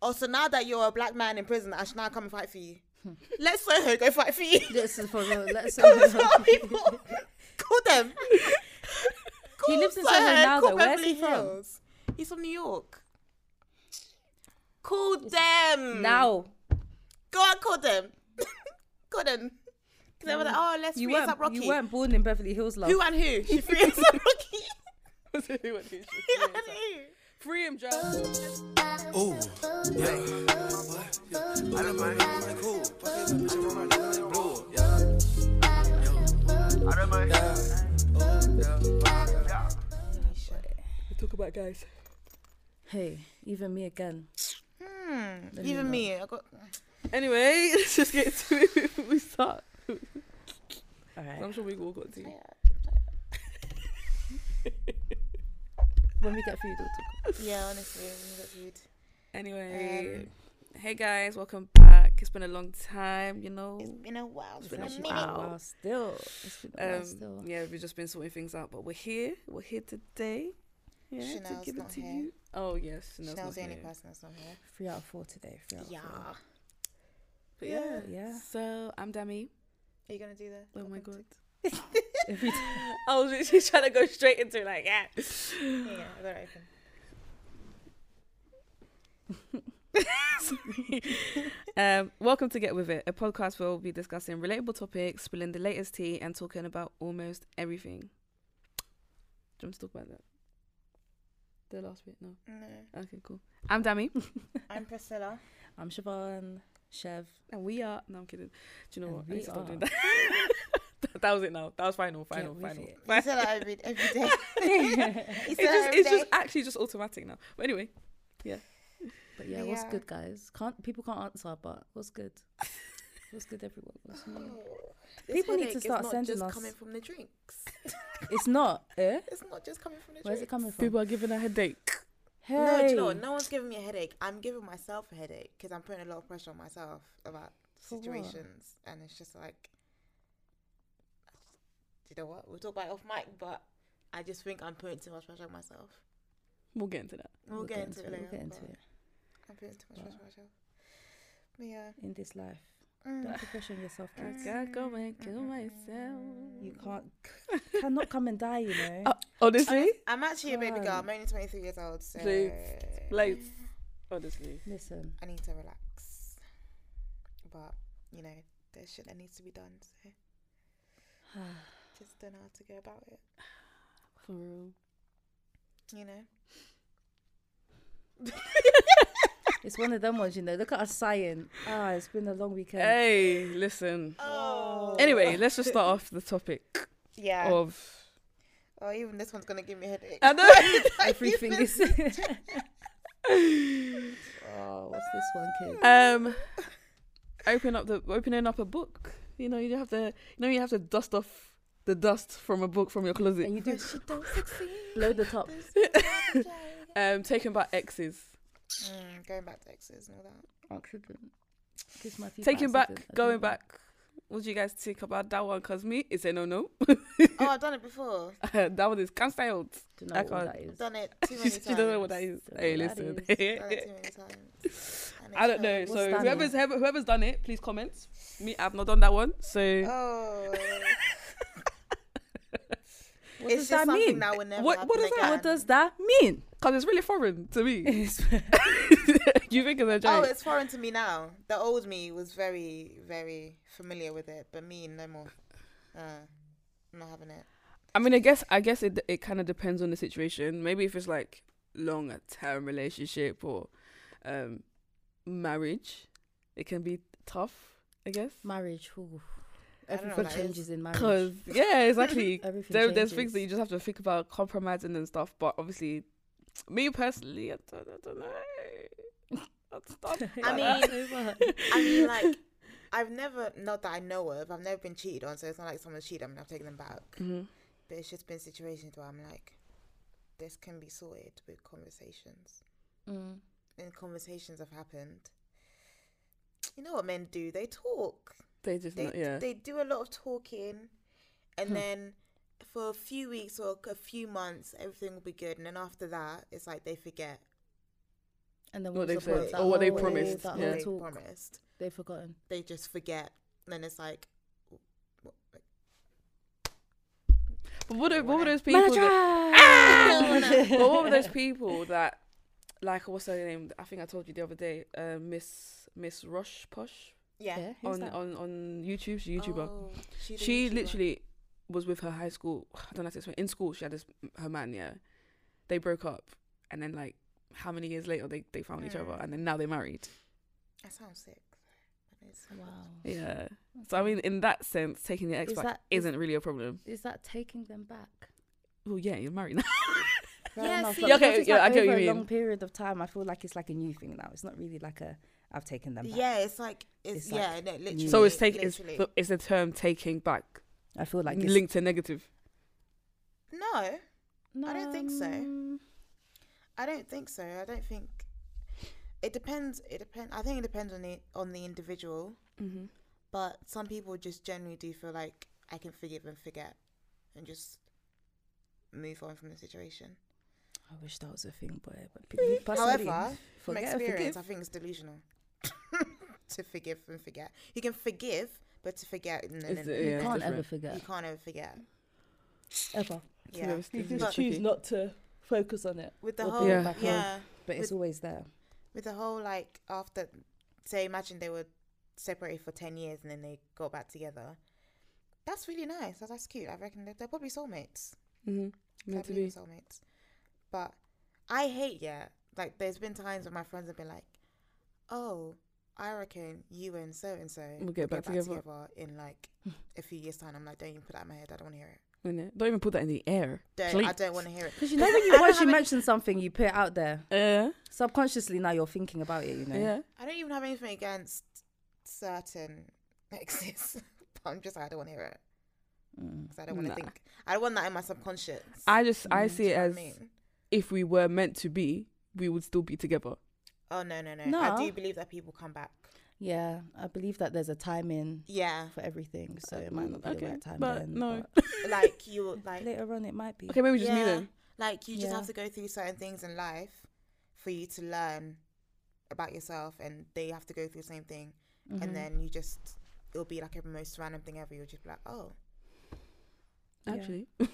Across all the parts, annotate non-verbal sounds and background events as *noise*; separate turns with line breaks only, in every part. oh, so now that you're a black man in prison, I should now come and fight for you.
Hmm.
*laughs* Let's Soho go fight
*laughs*
for you. *laughs*
This is for real. Let's
Call the Soho people. Call
*laughs*
them. Call
lives in Soho now,
Call
though. Where's he
Beverly
from?
Hills. He's from New York. Call them.
now.
Go and call them. *laughs* call them. 'Cause they were like, oh, let's
You
free us
weren't,
up Rocky.
you weren't born in Beverly Hills, love.
Who and who? She free us
*laughs*
up Rocky.
Who and who should
Who
free
and
him, so-
who?
Free him, Jack.
Ooh, yeah. What? Yeah. I done my hands like cool. Fuck it, bitch, I'm on my hands like blue. Yeah. Yeah. I done my hands. Ooh, yeah. Yeah.
Talk about guys.
Hey, even me again.
Hmm. Even me. I got.
Anyway, *laughs* let's just get to it before we start.
All right.
I'm sure we all got to.
When we get food, we'll talk.
*laughs*
Yeah, honestly, we got food. Um,
Anyway, hey guys, welcome back. It's been a long time, you know.
It's been a while. It's
been
been a
a
minute.
while.
Wow, still. It's been a while
Um,
still.
yeah, we've just been sorting things out, but we're here. We're here today. Yeah,
Chanel's
to give
not
it to
here.
you. Oh yes, Chanel's,
Chanel's
not
the only
here.
person that's not here.
Three out of four today. Three out of
Yeah.
four.
Are
But yeah,
Yeah.
So I'm Dami.
you gonna do that?
Oh my god.
*laughs*
*laughs* I was literally trying to go straight into it, like yeah.
Yeah, yeah, I got it open.
Um, welcome to Get With It, a podcast where we'll be discussing relatable topics, spilling the latest tea, and talking about almost everything. Do you want to talk about that? The last bit? No.
No,
Okay, cool. I'm Dami.
I'm
*laughs*
Priscilla.
I'm Siobhan, Chev.
And we are. No, I'm kidding. Do you know
And
what? I
we
need to stop doing
are.
that. that. *laughs* that was it now. That was final, final,
with
final.
it.
You say that every every
*laughs*
*laughs*
day. *laughs* you say
It's
that
just,
every
it's
day.
just actually just automatic now. But anyway,
But yeah, what's
Yeah.
good, guys? Can't people can't answer, but what's good? What's good, everyone? What's new?
This
People need
headache
to
is
start
not
sending
just
us-
coming from the drinks. *laughs*
It's not. Eh?
It's not just coming from the
Where's
drinks.
it coming from?
people are giving a headache.
Hey.
No, do you know, what? no one's giving me a headache. I'm giving myself a headache because I'm putting a lot of pressure on myself about
For what?
situations, and it's just like, you know what? We'll talk about it off mic, but I just think I'm putting too much pressure on myself.
We'll get into that.
We'll, get, into it. later,
We'll get into
but
it
I'm putting too much
Wow.
pressure on myself. But yeah,
in this life.
mm, *laughs*
Don't put pressure on yourself,
I
kids.
gotta go and kill myself. *laughs*
You can't, cannot come and die. You know.
Uh, *laughs* honestly,
I'm actually a baby girl. I'm only 23 years old, so
like honestly,
Listen, *sighs*
I need to relax. But you know, there's shit that needs to be done. So just don't know how to go about it.
for real.
You know.
it's one of them ones. You know. Look at us sighing. Ah, it's been a long weekend.
*laughs* Hey, listen.
Oh.
Anyway, let's just start off the topic
Yeah. Oh.
of.
even this one's gonna give me a headache. *laughs*
I know. *laughs*
Everything is. *laughs* oh, what's this one, kid?
um, open up the opening up a book. You know, you have to. You know, you have to dust off the dust from a book from your closet.
And you do
she don't succeed.
blow the top.
Um, taken by exes.
Mm, going back to exes and all
*laughs*
that.
Accident. Kiss my feet. by
Taking back,
accident. I
going
didn't know.
back. What do you guys think about that one? Cause me, it's a no no.
Oh, I've done it before.
*laughs* that one is cancelled.
Don't
I
know what that
I've
is.
done it too many
*laughs* She, she
times.
doesn't know what that is.
Don't know
Hey,
what that
listen. *laughs*
Done it too many times. And
I
it's
don't know.
hurt.
What's
So
that
whoever's
mean?
whoever, whoever's done it, please comment. Me, I've not done that one. So *laughs*
Oh.
What
it's
does
just
that
something
mean?
that will never
What-
happen
what is that?
again.
What does that mean?
because it's really foreign to me. *laughs* you think it's a
Oh,
joke?
it's foreign to me now. The old me was very, very familiar with it, but me, no more. Uh, I'm not having it.
I mean, I guess I guess it it kind of depends on the situation. Maybe if it's like long term relationship or um marriage, it can be tough. I guess.
*laughs* Marriage. Ooh.
I don't know what
Everything
that is.
changes in
Cause
marriage.
yeah, *laughs* exactly.
Everything
there,
changes.
there's things that you just have to think about compromising and stuff. But obviously, me personally, I don't, I don't know. That's
*laughs*
*laughs* tough.
I
Like, *laughs*
mean,
I mean, like, I've never, not that I know of, I've never been cheated on, so it's not like someone's cheated on me, I've taken them back.
Mhm.
But it's just been situations where I'm like, this can be sorted with conversations.
mm,
And conversations have happened. You know what men do? They talk.
they just
they
not, yeah. Hmm.
they do a lot of talking, and then for a few weeks or a few months, everything will be good, and then after that, it's like they forget.
And then
What
once
they
upon
said,
that
or what they
whole- That
promised,
That
yeah.
whole
they
talk,
promised.
they've forgotten.
They just forget. And then it's like,
But what, are, what were
Wanna-
those people? *laughs*
*laughs*
That,
wanna-
but what were those people that, like, what's her name? I think I told you the other day. Uh, Miss Miss Rosh Posh
yeah.
Yeah, who's
on,
that?
on on YouTube. She's a YouTuber.
Oh, she's a
she
YouTuber.
literally was with her high school. *sighs* I don't know how to explain. In school, she had this her man. Yeah, they broke up, and then like how many years later they they found each other,
Mm.
and then now they're married.
That sounds sick. That is-
Wow.
Yeah. So I mean, in that sense, taking the ex
Is
back
that- is-
isn't really a problem.
Is that taking them back?
Well, yeah, you're married now. *laughs*
Fair
Yeah,
enough,
see-
but
Yeah, okay,
because it's,
yeah,
like,
I get what
over
you
a
mean.
long period of time, I feel like it's like a new thing now. It's not really like a I've taken them back.
Yeah, it's like it's,
It's like-
yeah, no, literally.
so it's taking it's,
literally.
the- it's the term taking back
I feel like it's,
linked to negative.
no, I don't think so.
Um,
I don't think so. I don't think it depends. It depends. I think it depends on the on the individual.
Mm-hmm.
But some people just generally do feel like I can forgive and forget, and just move on from the situation.
I wish that was a thing, but,
*laughs*
but people personally
However, from
forget and
experience,
forgive.
I think it's delusional *laughs* to forgive and forget. You can forgive, but to forget, no, no,
It's-
no,
yeah,
you
no, no.
can't ever
different.
you *laughs*
forget
can't ever forget.
ever.
Yeah,
You
is
just choose not to focus on it,
with the
Or
whole
put it
yeah,
back on. but it's
With-
always there.
with the whole like after, say, imagine they were separated for ten years and then they got back together. That's really nice. That's, that's cute. I reckon they're, they're probably soulmates.
hmm
I
Meant to
believe in
be.
soulmates. But I hate yeah. Like there's been times when my friends have been like, "Oh, I reckon you and so and so
We'll get back together."
in like a few years time." I'm like, "Don't even put that in my head. I don't want to hear it.
Innit? Don't even put that in the air.
Don't. I
Please.
don't want to hear it."
*laughs* Because you know when
I
you
don't
once you
have any-
mention something, you put it out there
Yeah.
subconsciously. Now you're thinking about it. You know.
Uh, Yeah.
I don't even have anything against certain *laughs* exes, but I'm just like, I don't want to hear it.
Mm.
'cause I don't want to
Nah.
think. I don't want that in my subconscious.
I just I
Mm,
Do
see
you
it
know what
as
I mean?
if we were meant to be, we would still be together.
Oh no no no! I do
No.
believe that people come back.
Yeah, I believe that there's a timing
Yeah,
for everything, so
Uh,
it
Mm,
might not be
okay,
the right time
but
then.
no. *laughs*
But
like you like
later on, it might be.
Okay, maybe just me
Yeah.
then.
like you just
Yeah.
have to go through certain things in life for you to learn about yourself, and they have to go through the same thing,
Mhm.
Mm-hmm.
and then you just it'll be like a most random thing ever. You'll just be like, oh,
Yeah.
Actually. *laughs*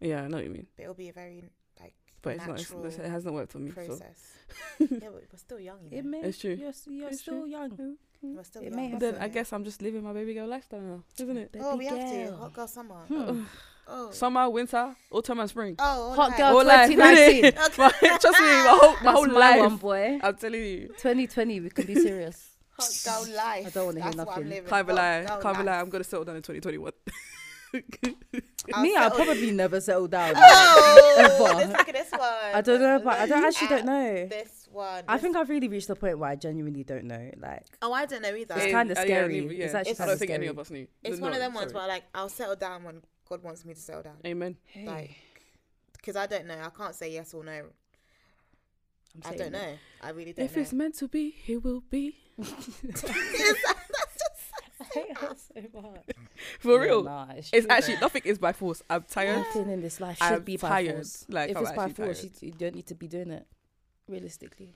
yeah, I know what you mean.
but it'll be a very like
But it's
natural
not, it's, it's- it hasn't worked for me. So. *laughs*
process. yeah, but we're still young. You
it
know?
may.
It's true.
You're, s- you're
It's
still
true.
young.
We're still
it
young.
may
But
have
Then
to.
I guess I'm just living my baby girl lifestyle now, isn't it?
Oh, we
Baby
have to
girl.
hot girl summer.
Hmm.
Oh,
Summer, winter, autumn, and spring. *laughs*
oh, all
Hot
right. *laughs*
girl
All life,
*laughs* 2019.
innit? My- *laughs* Trust me, my whole my
That's
whole
my
life.
one, boy.
I'm telling you,
2020, Uh,
*laughs*
we can be serious.
Hot girl life.
I don't wanna hear
That's what I'm
nothing.
living.
can't be
Hot
lie,
girl
can't be lie.
life.
I'm gonna settle down
*laughs*
in 2021.
I'll
Me, I'll
settle-
probably never settle
*laughs*
down.
*laughs* Oh,
Ever.
let's look at this one.
*laughs* I don't know, but
*laughs*
I don't
Look
actually don't
at
know.
This one.
I
This-
think I've really reached the point where I genuinely don't know. Like,
Oh, I don't know either.
It's
It's,
Yeah,
kinda
I- yeah,
scary.
I mean,
It's actually
I
kinda
don't think any
scary.
of us knew.
one of
No,
them ones
sorry.
where like I'll settle down when God wants me to settle down.
Amen.
Like, because I don't know. I can't say yes or no.
I'm
I
saying
don't
it.
know. I really don't
If
know. *laughs*
it's meant to be, it will be.
That's
*laughs* I
just so
hate her so
*laughs*
much.
For
Yeah,
real,
nah, it's,
it's
true,
actually
though.
nothing is by force. I'm tired.
Everything in this life should
I'm
be by
tired.
force.
Like,
if
I'm
it's by
actually
force, you,
tired.
you don't need to be doing it. Realistically,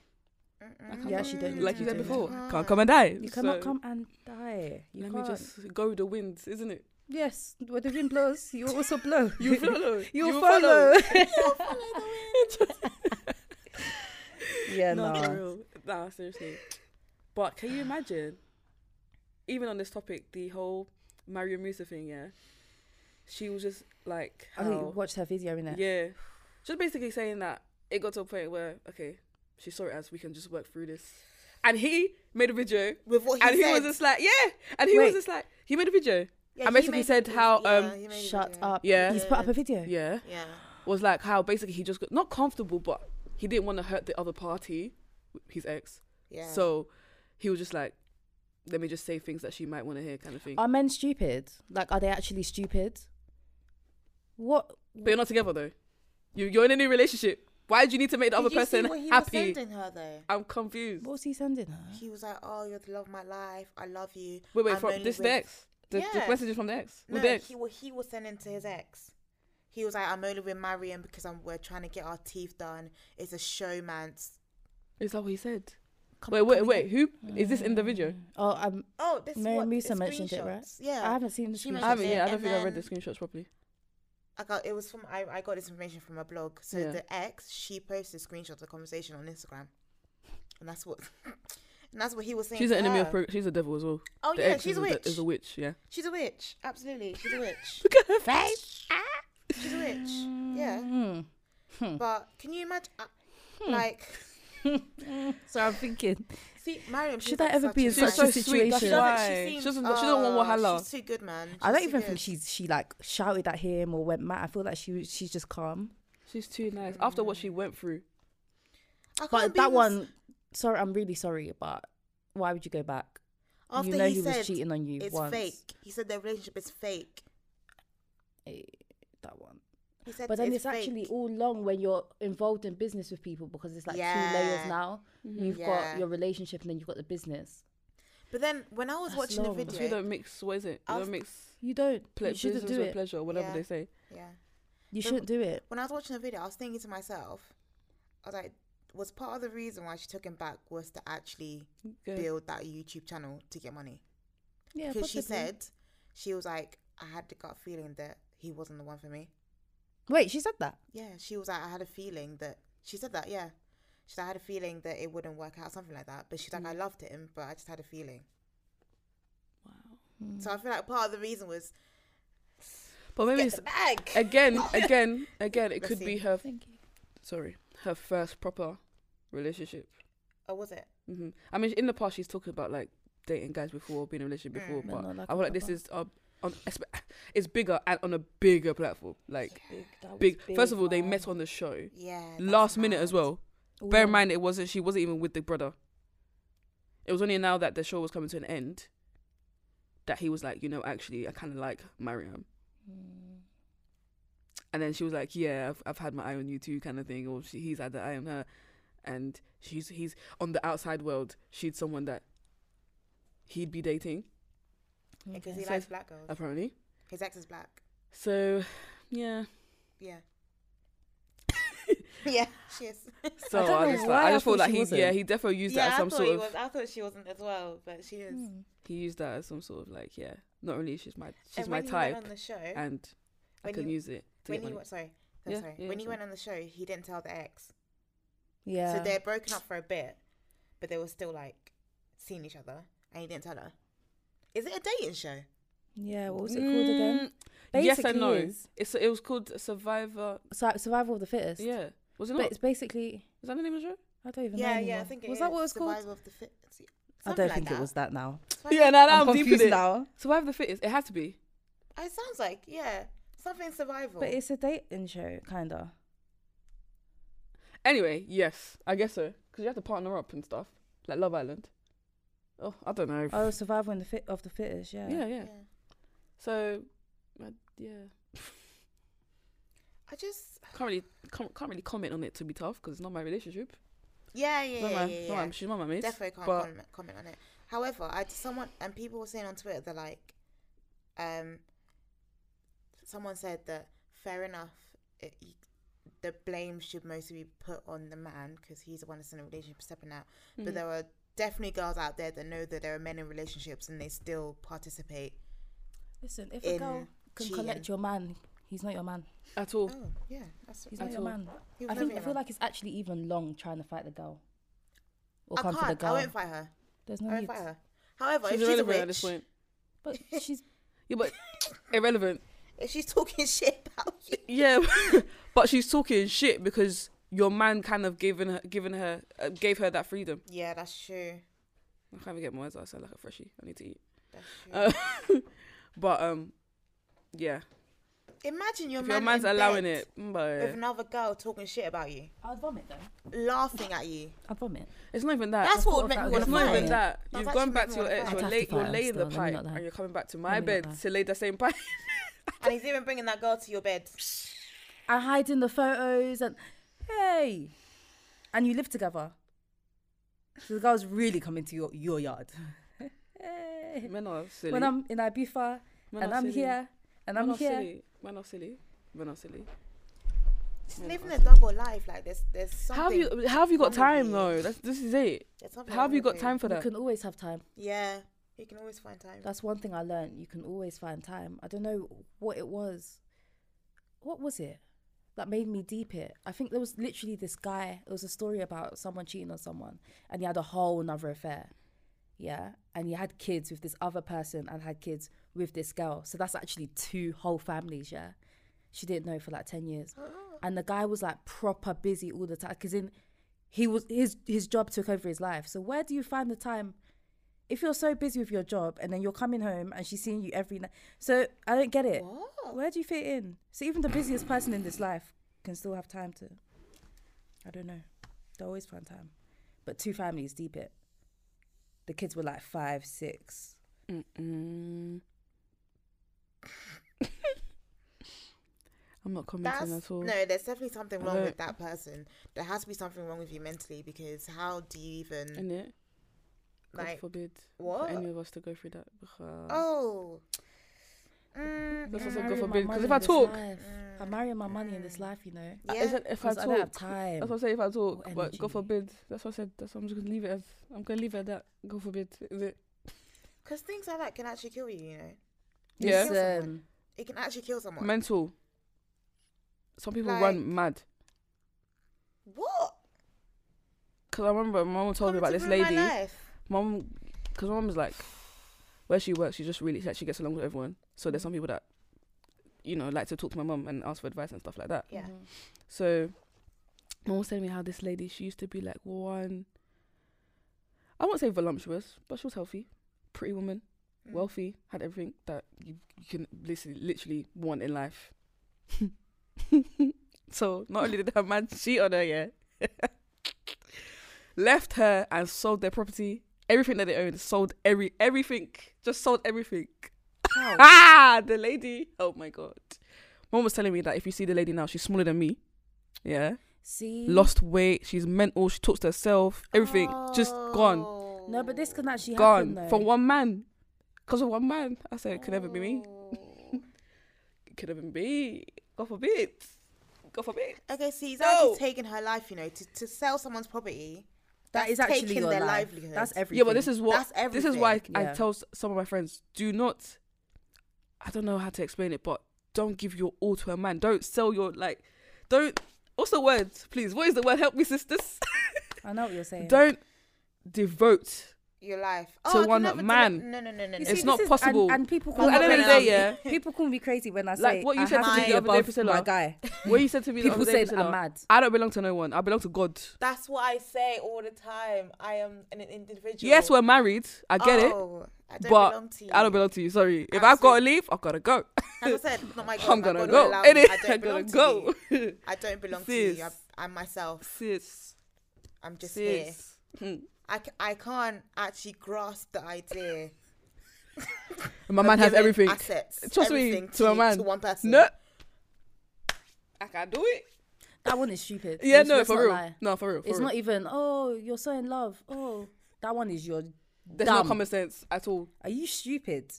Mm-mm.
You actually don't need
like
to
you
do
said
that.
before,
Can't.
can't come and die.
you cannot
So,
come and die. You
Let me
can't.
just go with the wind,
*laughs*
isn't it?
Yes, where the wind blows, you also blow.
*laughs*
*laughs*
You follow.
You'll
you
follow. *laughs*
You'll follow the wind.
yeah, no.
no, for real. Nah, seriously. But can you imagine, even on this topic, the whole Mario Musa thing, yeah? She was just like,
I
how,
watched her video in it.
yeah. Just basically saying that it got to a point where, okay, she saw it as we can just work through this. And he made a video,
With what he
and he
said.
was just like, yeah. And he
Wait.
was just like, he made a video.
Yeah,
I
he
basically
made
said
it-
how,
yeah,
um,
he made it
Shut
with-
up.
Yeah.
He's put up a video.
Yeah.
Yeah.
was like how basically he just got not comfortable, but he didn't want to hurt the other party, his ex.
Yeah.
So he was just like, let me just say things that she might want to hear, kind of
Oh.
thing.
Are men stupid? Like, are they actually stupid? What?
but you're not together though. You you're in a new relationship. Why do you need to make the
Did
other
you see
person
what he Was
happy?
sending her though.
I'm confused.
What was he sending her?
He was like, "Oh, you're the love of my life. I love you."
Wait, wait,
I'm
from
only
this
with-
the ex. The,
Yeah.
the message is from the ex.
No,
With the ex.
he wa- he was sending to his ex. He was like, "I'm only with Marion because I'm we're trying to get our teeth done. It's a showman's
Is that what he said?
Come-
Wait, wait,
can we
wait. Who is this in the video?
Oh, um,
get- Oh, this
Mary
what,
Musa
the
mentioned it, right?
screenshots.
I
Yeah.
haven't seen the
Oh. She
screenshot.
I haven't.
it,
Yeah, I don't
and
think I read the
then-
screenshots properly.
I got it was from I, I got this information from a blog. So
Yeah.
the ex, she posted screenshots of the conversation on Instagram, and that's what, *laughs* and that's what he was saying.
She's
to
an enemy of
her.
pro- she's a devil as well.
Oh
the
yeah,
ex
she's
is
a witch.
de- is a witch. Yeah.
She's a witch. Absolutely, she's a witch.
*laughs* Look at her
Face.
She's a witch. Yeah.
Hmm.
But can you imagine? uh, Like,
So I'm thinking,
see, Mariam.
Should I ever be in such
She's so
a
sweet, that's
situation?
She
why.
doesn't. She,
She
seems,
doesn't- she doesn't want
oh,
Wahala.
She's too good, man.
I don't
She's too
even think
good.
she's she like shouted at him or went mad. I feel like she was- she's just calm.
She's too nice. After what she went through,
I can't
But
be
that
with-
one, sorry, I'm really sorry, but why would you go back?
After
you know
he,
he
said
was cheating on you
it's
once.
fake. He said their relationship is fake.
Eh, that one.
He said,
But then
it's,
it's, actually
fake.
all long when you're involved in business with people because it's like two
Yeah. Mm-hmm.
layers now. You've
Yeah.
got your relationship and then you've got the business.
But then when I was
That's
watching
long.
the
that's
video,
why you don't mix. What is it? You
I'll-
don't mix
You don't.
ple-
you shouldn't
business
do
with
it.
pleasure, whatever
Yeah.
they say.
yeah.
You
But-
shouldn't do it.
When I was watching the video, I was thinking to myself, I was like, was part of the reason why she took him back was to actually
Yeah.
build that YouTube channel to get money?
Yeah,
Because she
possibly.
said she was like, I had the gut feeling that he wasn't the one for me.
Wait, she said that.
Yeah, she was like, I had a feeling that she said that. Yeah, she's like, I had a feeling that it wouldn't work out, something like that. But she's like,
Mm.
I loved him, but I just had a feeling. Wow. So I feel like part of the reason was
But maybe
get
it's,
the bag.
*laughs*
*laughs*
again, again, again, it
Let's
could be
see.
her.
Thank you.
Sorry, her first proper relationship.
Or Oh, was it?
hmm I mean, in the past, she's talking about like dating guys before, being in a relationship before,
Mm.
No,
but
no, like
I
a
feel like this
proper-
is uh, on espe- *laughs* it's bigger and on a bigger platform. Like big. First of all, they met on the show
Yeah. that's
last minute as
mad.
well. Bear in mind, it wasn't she wasn't even with the brother. It was only now that the show was coming to an end that he was like, you know, actually, I kind of like Mariam.
Mm.
And then she was like, yeah, I've, I've had my eye on you too, kind of thing, or she, he's had the eye on her, and she's he's on the outside world. She's someone that he'd be dating
Because
Okay.
he
So
likes
it's-
black girls.
apparently.
His ex is black.
So, yeah. *laughs*
Yeah. yeah, she is.
So
don't
I,
know
just like,
why
I
I
just feel
thought
like
she
he
wasn't.
yeah he definitely used that
yeah,
as
I
some
thought
sort
he
of Hmm.
was. I thought she wasn't as well, but she is.
Mm.
he used that as some sort of like yeah not only she's my she's
and
my
when he went
type
on the show,
and I
when
can
you-
use it to
when
get
he
money.
went, sorry, so
Yeah,
sorry.
yeah,
when he
sorry.
went on the show, he didn't tell the ex.
Yeah.
So they're broken up for a bit, but they were still like seeing each other, and he didn't tell her. Is it a dating show?
yeah. What was it called again?
Mm, yes and
Basically
no.
is-
It's it was called Survivor.
Sur- survival of the fittest.
Yeah, was it
But
not?
it's basically
Is that the name of the show?
I don't even know.
Yeah, yeah, I
anymore.
think it
was that
is.
what it was
Survival
called?
of the fit.
I don't think it was that. Now *laughs*
Yeah, now
I'm, confused now.
Survivor the fittest. It has to be.
It sounds like yeah, something survival.
But it's a dating show, kinda.
Anyway, yes, I guess so. Because you have to partner up and stuff like Love Island. Oh, I don't know.
Oh, survival in the fit of the fittest. Yeah.
yeah,
yeah.
yeah. So, I, yeah, *laughs*
I just
can't really can't, can't really comment on it to be tough because it's not my relationship.
yeah yeah
Not
yeah,
my-
yeah,
not
yeah.
my- she's not my mate.
Definitely can't
but-
comment, comment on it. However, I someone and people were saying on Twitter they're like, um, someone said that fair enough, it, you, the blame should mostly be put on the man because he's the one that's in a relationship stepping out.
Mm-hmm.
Mm.
But there are definitely girls out there that know that there are men in relationships and they still participate.
Listen, if
In
a girl can
cheating.
collect your man, he's not your man.
At all.
Oh yeah, that's
He's
At
not your
all.
man.
he was
I think
never
I feel
enough.
like it's actually even long trying to fight the girl or
I
come for the
can't. I
girl.
won't fight her.
There's
I
no
won't
need.
fight her. However, if
She's
she's a
irrelevant
witch,
at this point.
But she's
Yeah, but *coughs* irrelevant. *coughs*
if she's talking *laughs* shit about you,
Yeah, *laughs* but she's talking shit because your man kind of given her, given her, uh, gave her that freedom.
yeah, that's true.
I can't even get my words out. I sound like a freshie. I need to eat.
That's true.
Uh, *laughs* but um, yeah.
Imagine your
if
man
your man's
in
allowing
bed
it, mm, but
with another girl talking shit about you,
I'd vomit though.
laughing at you.
I'd vomit.
it's not even that.
That's what
thought
would make me
about
want to
it.
it's not
fight.
even that.
That's
You've
actually
gone back
made
to
me
your
wanna fight.
ex.
I'd
You're,
have
lay,
to fight
you're
him
laying the
still, let me
pipe,
not lie.
and you're coming back to
Let
my
me not
bed
lie.
to lay the same pipe.
And he's even bringing that girl to your bed.
I hide in the photos and hey, and you live together. So the girl's really coming to your, your yard. *laughs* Hey.
*laughs* Men are silly.
When I'm in Ibiza
Men
and
are
I'm
silly.
here and
Men
I'm
are
here.
silly. Men are silly. Men are silly.
She's living a double life. Like there's there's something.
Mm. How have you how have you got
wrong with
time
you.
though? That's, this is it.
there's something
How have
wrong
you got
with
time for
You
that?
can always have time.
Yeah, you can always find time.
That's one thing I learned. You can always find time. I don't know what it was. What was it that made me deep it? I think there was literally this guy. It was a story about someone cheating on someone, and he had a whole another affair. Yeah, and he had kids with this other person, and had kids with this girl. So that's actually two whole families. Yeah, she didn't know for like ten years, and the guy was like proper busy all the time. Cause in he was his his job took over his life. So where do you find the time? if you're so busy with your job and then you're coming home and she's seeing you every night. So I don't get it.
What?
Where do you fit in? So even the busiest person in this life can still have time to. I don't know. They always find time. But two families deep it. The kids were like five, six.
Mm-mm. *laughs* I'm not commenting
That's
at all.
no. There's definitely something
I
wrong with
don't-
that person. There has to be something wrong with you mentally because how do you even
In it, God
like
forbid for
what?
any of us to go through that. Ugh.
Oh. Mm,
That's
mm,
also
I'm
God
marrying my
forbid, 'cause
money
if
in
I
this
talk-
life.
mm.
I'm marrying my money in this life, you know.
I-
Yeah.
is it- Uh, if I
'Cause I don't have
talk,
time.
that's what I'm saying. If I talk,
Or
but
energy.
God forbid, that's what I said. That's what I'm just gonna leave it as. I'm gonna leave it at that. God forbid, is it?
Because things like that can actually kill you, you know?
Yeah.
Kill
um,
someone.
Listen,
It can actually kill someone.
Mental. Some people
Like-
run mad.
what?
Cause I remember my mom told
Coming
me about
to
this
ruin
lady.
My life.
Mom, cause my mom is like, where she works, she just really like, she gets along with everyone. So there's some people that, you know, like to talk to my mom and ask for advice and stuff like that.
Yeah.
Mhm.
So, mom was telling me how this lady, she used to be like one, I won't say voluptuous, but she was healthy, pretty woman,
Mm.
wealthy, had everything that you, you can literally, literally want in life. *laughs* so, not only did her man cheat on her, yeah, *laughs* left her and sold their property, everything that they owned, sold every everything, just sold everything. *laughs*
*laughs*
ah, the lady. Oh my god. Mom was telling me that if you see the lady now, she's smaller than me. Yeah.
See?
Lost weight. She's mental. She talks to herself. Everything just
Oh.
gone.
No, but this can actually
Gone.
happen.
From
though.
one man. Because of one man. I said, it could never be me.
Oh.
It could never be me. God forbid. God forbid.
*laughs* Okay, see, he's
No.
actually taking her life, you know, to, to sell someone's property.
That
That's
is actually
taking
your
their
life.
livelihood.
That's everything.
Yeah, but this is what.
That's
This is why
everything.
I
Yeah.
tell s- some of my friends do not. I don't know how to explain it, but don't give your all to a man. Don't sell your, like, don't. What's the word, please? What is the word? Help me, sisters. *laughs*
I know what you're saying.
don't devote.
Your life. Oh,
To
I can
one
never do
man.
it. No, no, no, no.
You
no.
It's
see,
not
this is-
possible.
And, and people
Well,
call
at
me
the end of the
crazy.
day,
*laughs*
yeah.
People call me crazy when I say
Like what you
I
said
have
to
to
me
be
the other day,
above
Priscilla.
My guy.
What you said to me the
People
other day,
saying I'm
Priscilla,
mad.
I don't belong to no one. I belong to God.
That's what I say all the time. I am an individual.
Yes, we're married. I get it.
Oh, I don't
but
belong to you.
I don't belong to you. Sorry. If I've got to
Absolute-
leave, I've got to go.
As I said, not
*laughs*
my God.
I'm
my
going to
God will
go.
allow
It
me.
*laughs* is.
I
I'm
don't belong
going to
to
go.
you. I don't belong to you.
Sis.
I, I'm myself.
*laughs* Sis.
I'm just here.
Sis. Hmm.
I, c- I can't actually grasp the idea.
My
of
man has
giving
everything.
Assets,
Trust me,
everything
to a man.
to one person.
No. I can do it.
That one is stupid.
Yeah,
Let's-
no,
let's
for
not
real.
lie.
No, for real. For
It's
real.
not even. Oh, you're so in love. Oh, that one is your.
There's
dumb.
no common sense at all.
Are you stupid?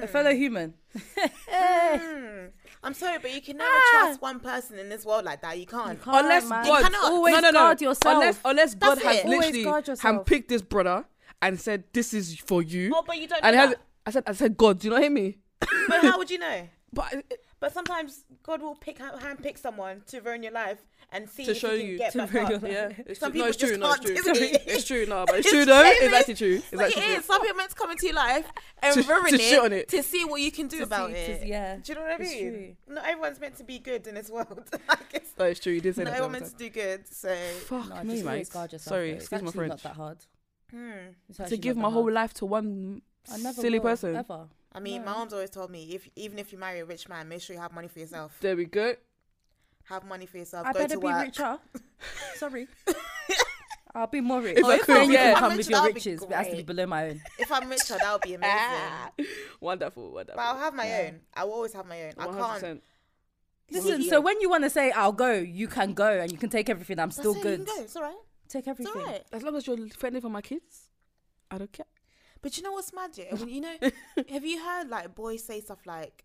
A fellow
*laughs*
human. you
Mm. Hmm. I'm sorry, but you can never
Ah.
trust one person in this world like that. You can't.
can't,
unless
man.
God
cannot.
Always
no, no, no.
guard yourself.
Unless, unless God
That's
has
it. Always
literally
guard yourself.
handpicked this brother and said, "This is for you."
Oh, but you don't
and
know
has,
that.
I said, I said, God, do you not hear me?
But
*laughs*
how would you know?
But I-
But uh, sometimes God will pick handpick someone to ruin your life and see
to
if
show
you can
you,
get
to
back
bring
up.
your- yeah, it's
Some
true. No,
people
it's true.
just
No, it's
can't
true.
do it.
*laughs* It's true.
*laughs*
No, but it's
It's
true though.
true,
It's
mate.
actually true. It's
But
actually
it
true.
is. Some people are meant to come into your life and
To-
ruin
to
it,
shit on it.
to see what you can do about
see- to-
it.
yeah,
Do you know what I
it's
mean? Not everyone's meant to be good in this world. *laughs* like it's,
No, it's true. You did say
not
that.
everyone's
the
meant
other
to do good. So,
time. Fuck
no,
me,
just
mate.
always guard yourself.
Sorry,
though. It's
excuse my
actually Not
French.
that hard.
hmm.
It's
To
actually
give
not
my
that
whole
hard.
life to one
I never
silly
will,
person.
Ever.
I mean, my
No.
mom's always told me if even if you marry a rich man, make sure you have money for yourself.
There we go.
Have money for yourself.
I
go
better
to
be
work.
richer. Sorry. I'll be more rich.
If I
Oh,
Then
could,
you
yeah.
can
If I'm
come
rich,
with your
that'd be
riches, but it has to be
great.
below my own.
If I'm richer, that
*laughs*
would be amazing.
Wonderful,
*laughs*
wonderful.
But I'll have my own. I will always have my own. I can't.
100%.
Listen, so when you want to say I'll go, you can go and you can take everything. I'm still
That's it, you
good.
can go. It's all right.
Take
It's
everything.
all right.
As long as you're friendly for my kids, I don't care.
But you know what's magic? When you
*laughs*
know, have you heard like boys say stuff like,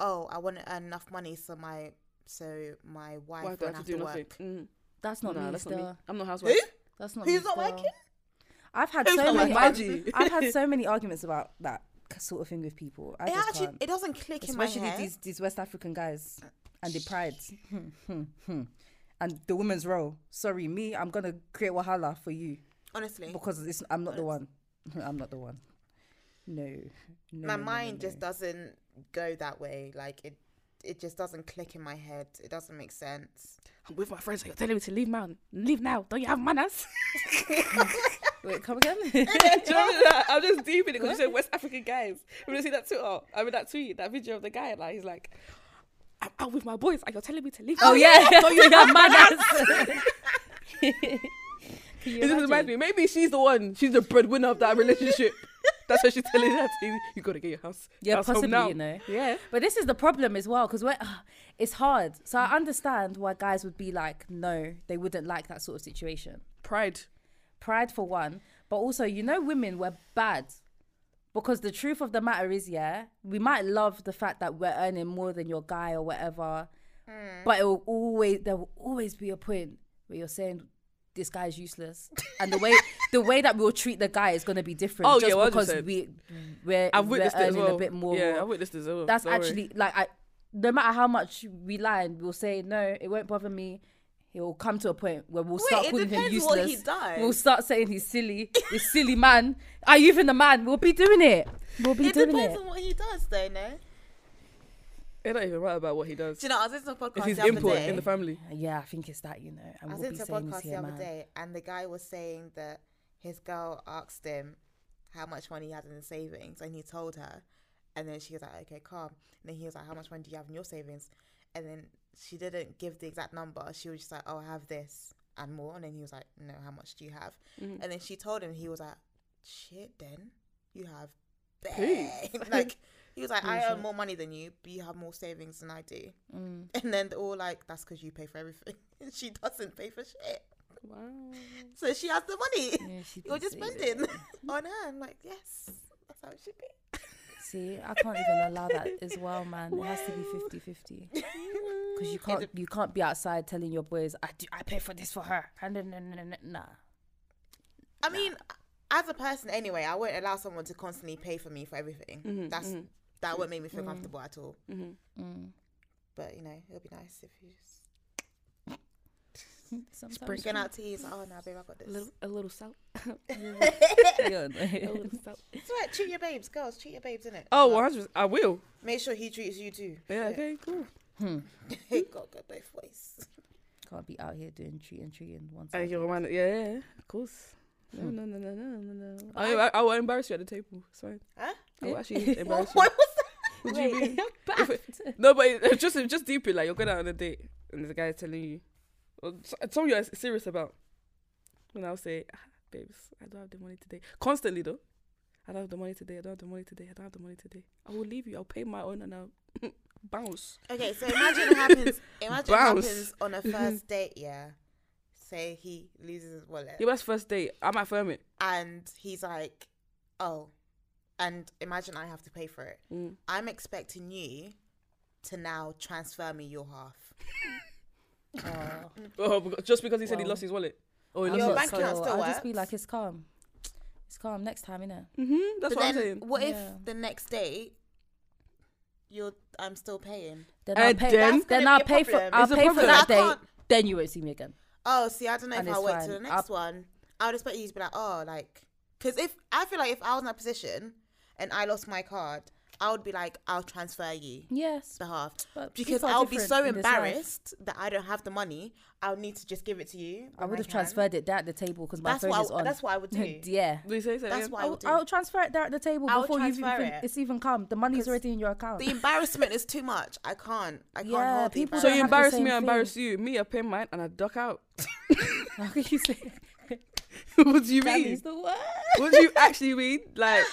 "Oh, I want to earn enough money so my so my wife
Why do I
won't
have to
have
do
to
nothing?
work.
Mm.
That's not
Nah,
me
that's not
still.
me. I'm *laughs* not a housewife.
That's not
Who's
me
not
still.
working?
I've had
Who's
so
not
many.
working?
Arg- I've had so many arguments about that k- sort of thing with people. I
it
just
actually
can't.
it doesn't click in my
Especially
head.
these these West African guys and the prides, Hmm, and the women's role. Sorry, me. I'm gonna create wahala for you
Honestly,
because it's, I'm not the one. *laughs* I'm not the one. No. no
my
no, no,
mind
no,
just doesn't go that way. Like it, it just doesn't click in my head. It doesn't make sense.
I'm with my friends. You're telling me to leave man. Leave now. Don't you have manners?
no. Wait,
*laughs*
come again. *laughs*
*laughs* Do you remember that? I'm just deep in it because you said West African guys. When I see that Twitter, I mean that tweet, that video of the guy, like he's like, I'm out with my boys, and you're telling me to leave.
*laughs* Oh yeah,
*laughs*
don't you have manners? Can you
it just reminds
imagine?
me. Maybe she's the one. She's the breadwinner of *laughs* that relationship. That's why she's telling her to, you gotta get your house.
Yeah,
house home
possibly,
now.
you know.
Yeah.
But this is the problem as well, because it's hard. So I understand why guys would be like, no, they wouldn't like that sort of situation.
Pride.
Pride for one, but also you know, women were bad. Because the truth of the matter is, yeah, we might love the fact that we're earning more than your guy or whatever,
Mm.
but it will always there will always be a point where you're saying this guy is useless, and the
*laughs*
way the way that we'll treat the guy is going to be different.
Oh,
just
yeah,
because
100%.
we we're,
I've
we're
witnessed it as
earning
well.
a bit more.
Yeah,
or-
I've witnessed it as well.
that's
Don't worry.
actually like I no matter how much we lie and we'll say no, it won't bother me. He'll come to a point where we'll start
it
calling him
depends
useless.
what he does.
We'll start saying he's silly, he's silly man. Are you even a man? We'll be doing it. We'll be
it
doing
depends
it.
on what he does, though. No,
It don't even matter about what he does.
do you know? I was listening to a
It's
podcast
his
the other
input
day.
in the family.
yeah, I think it's that you know. And
I was
we'll be
into a
saying
podcast
he's
the
here,
other
man.
day, and the guy was saying that his girl asked him how much money he had in his savings, and he told her, and then she was like, "Okay, calm." And then he was like, "How much money do you have in your savings?" And then she didn't give the exact number. She was just like, "Oh, I have this and more." And then he was like, "No, how much do you have?"
Mm.
And then she told him, he was like, "Shit, then you have."
Peace.
bang." *laughs* like he was like,
He was
I earn
like-
more money than you, but you have more savings than I do.
Mm.
And then they're all like, that's because you pay for everything. *laughs* she doesn't pay for shit.
Wow.
So she has the money. *laughs*
Yeah, she'd
You're
be
just
saving *laughs*
spending *laughs*
it.
on her. I'm like, yes, that's how it should be.
See, I can't even allow that as well, man. It has to
*laughs*
be 50-50. Because you can't you can't be outside telling your boys, I do I pay for this for her. And then- then- then- then- Nah.
I mean, as a person, anyway, I won't allow someone to constantly pay for me for everything.
Mm-hmm,
that's that won't make me feel comfortable at all.
Mm.
But you know, it'll be nice if you just
Sometimes
going out to eat. Like, oh no, babe, I got this.
A little, a little salt.
*laughs*
A
Yeah.
little salt.
It's right. Treat your babes, girls. Treat your babes, innit?
Oh,
Like,
100. I will.
Make sure he treats you
*laughs*
too. *laughs*
Yeah. Okay. Cool.
It got go both ways.
Can't be out here doing treat and treat and one
Uh,
side.
you're reminded, yeah, yeah, yeah, of course. No, no, no, no, no, no, no. Hmm. I, I, I will embarrass you at the table. It's fine.
Huh?
I will *laughs* actually
What,
embarrass you.
what was that?
Would you be? if it- no, but it- *laughs* just just deep it. Like you're going out on a date, and there's a guy telling you, or s- something you're serious about. And I'll say, ah, babes, I don't have the money today. Constantly though, I don't have the money today. I don't have the money today. I don't have the money today. I will leave you. I'll pay my own and I'll *laughs* bounce.
Okay, so imagine it
*laughs*
happens. Imagine it
Bounce.
happens on a first date. Yeah, say he loses his wallet,
Yeah, but that's first date. I might firm it.
and he's like, "Oh," and imagine I have to pay for it.
Mm.
I'm expecting you to now transfer me your half.
*laughs*
Oh, because- just because he said he
Well.
lost his wallet. Oh, he
I'm
lost
Your
not
his.
bank account
so-
still
I'll just be
works.
like, it's calm. It's calm next time, innit?
Mm-hmm, that's
but
what
then,
I'm saying.
what if
Yeah.
the next date you're I'm still paying?
Then
And
I'll pay,
then-
That's
then
gonna
I'll
be a
pay for
problem. *laughs*
I'll
It's a
pay for
problem.
that
I
day.
can't-
Then you won't see me again.
Oh, see, I don't know
And
if I'll
it's
wait
fine.
till the next
I'll-
one. I would expect you to be like, oh, like, because if I feel like if I was in that position and I lost my card, I would be like, I'll transfer you
Yes.
the half
But
because
people are
I'll be
different
so
in this life.
embarrassed that I don't have the money. I'll need to just give it to you.
I
when
would have
can.
transferred it there at the table because my
That's
phone
what I-
is on.
that's what I
*laughs*
would do.
yeah.
Do you say that
That's
again?
what I
I'll,
would do.
I'll transfer it there at the table
I'll
before you've
transfer
even,
it.
it's even come. The money's
'Cause
already in your account.
The embarrassment is too much. I can't. I can't
Yeah,
hold the
people
So
I
you
have
embarrassment.
the
embarrass
same
me,
thing.
I embarrass you. Me, I pay mine and I duck out.
*laughs*
*laughs*
How can
*laughs*
you say
what do you
that is
mean?
the word?
what do you actually mean? Like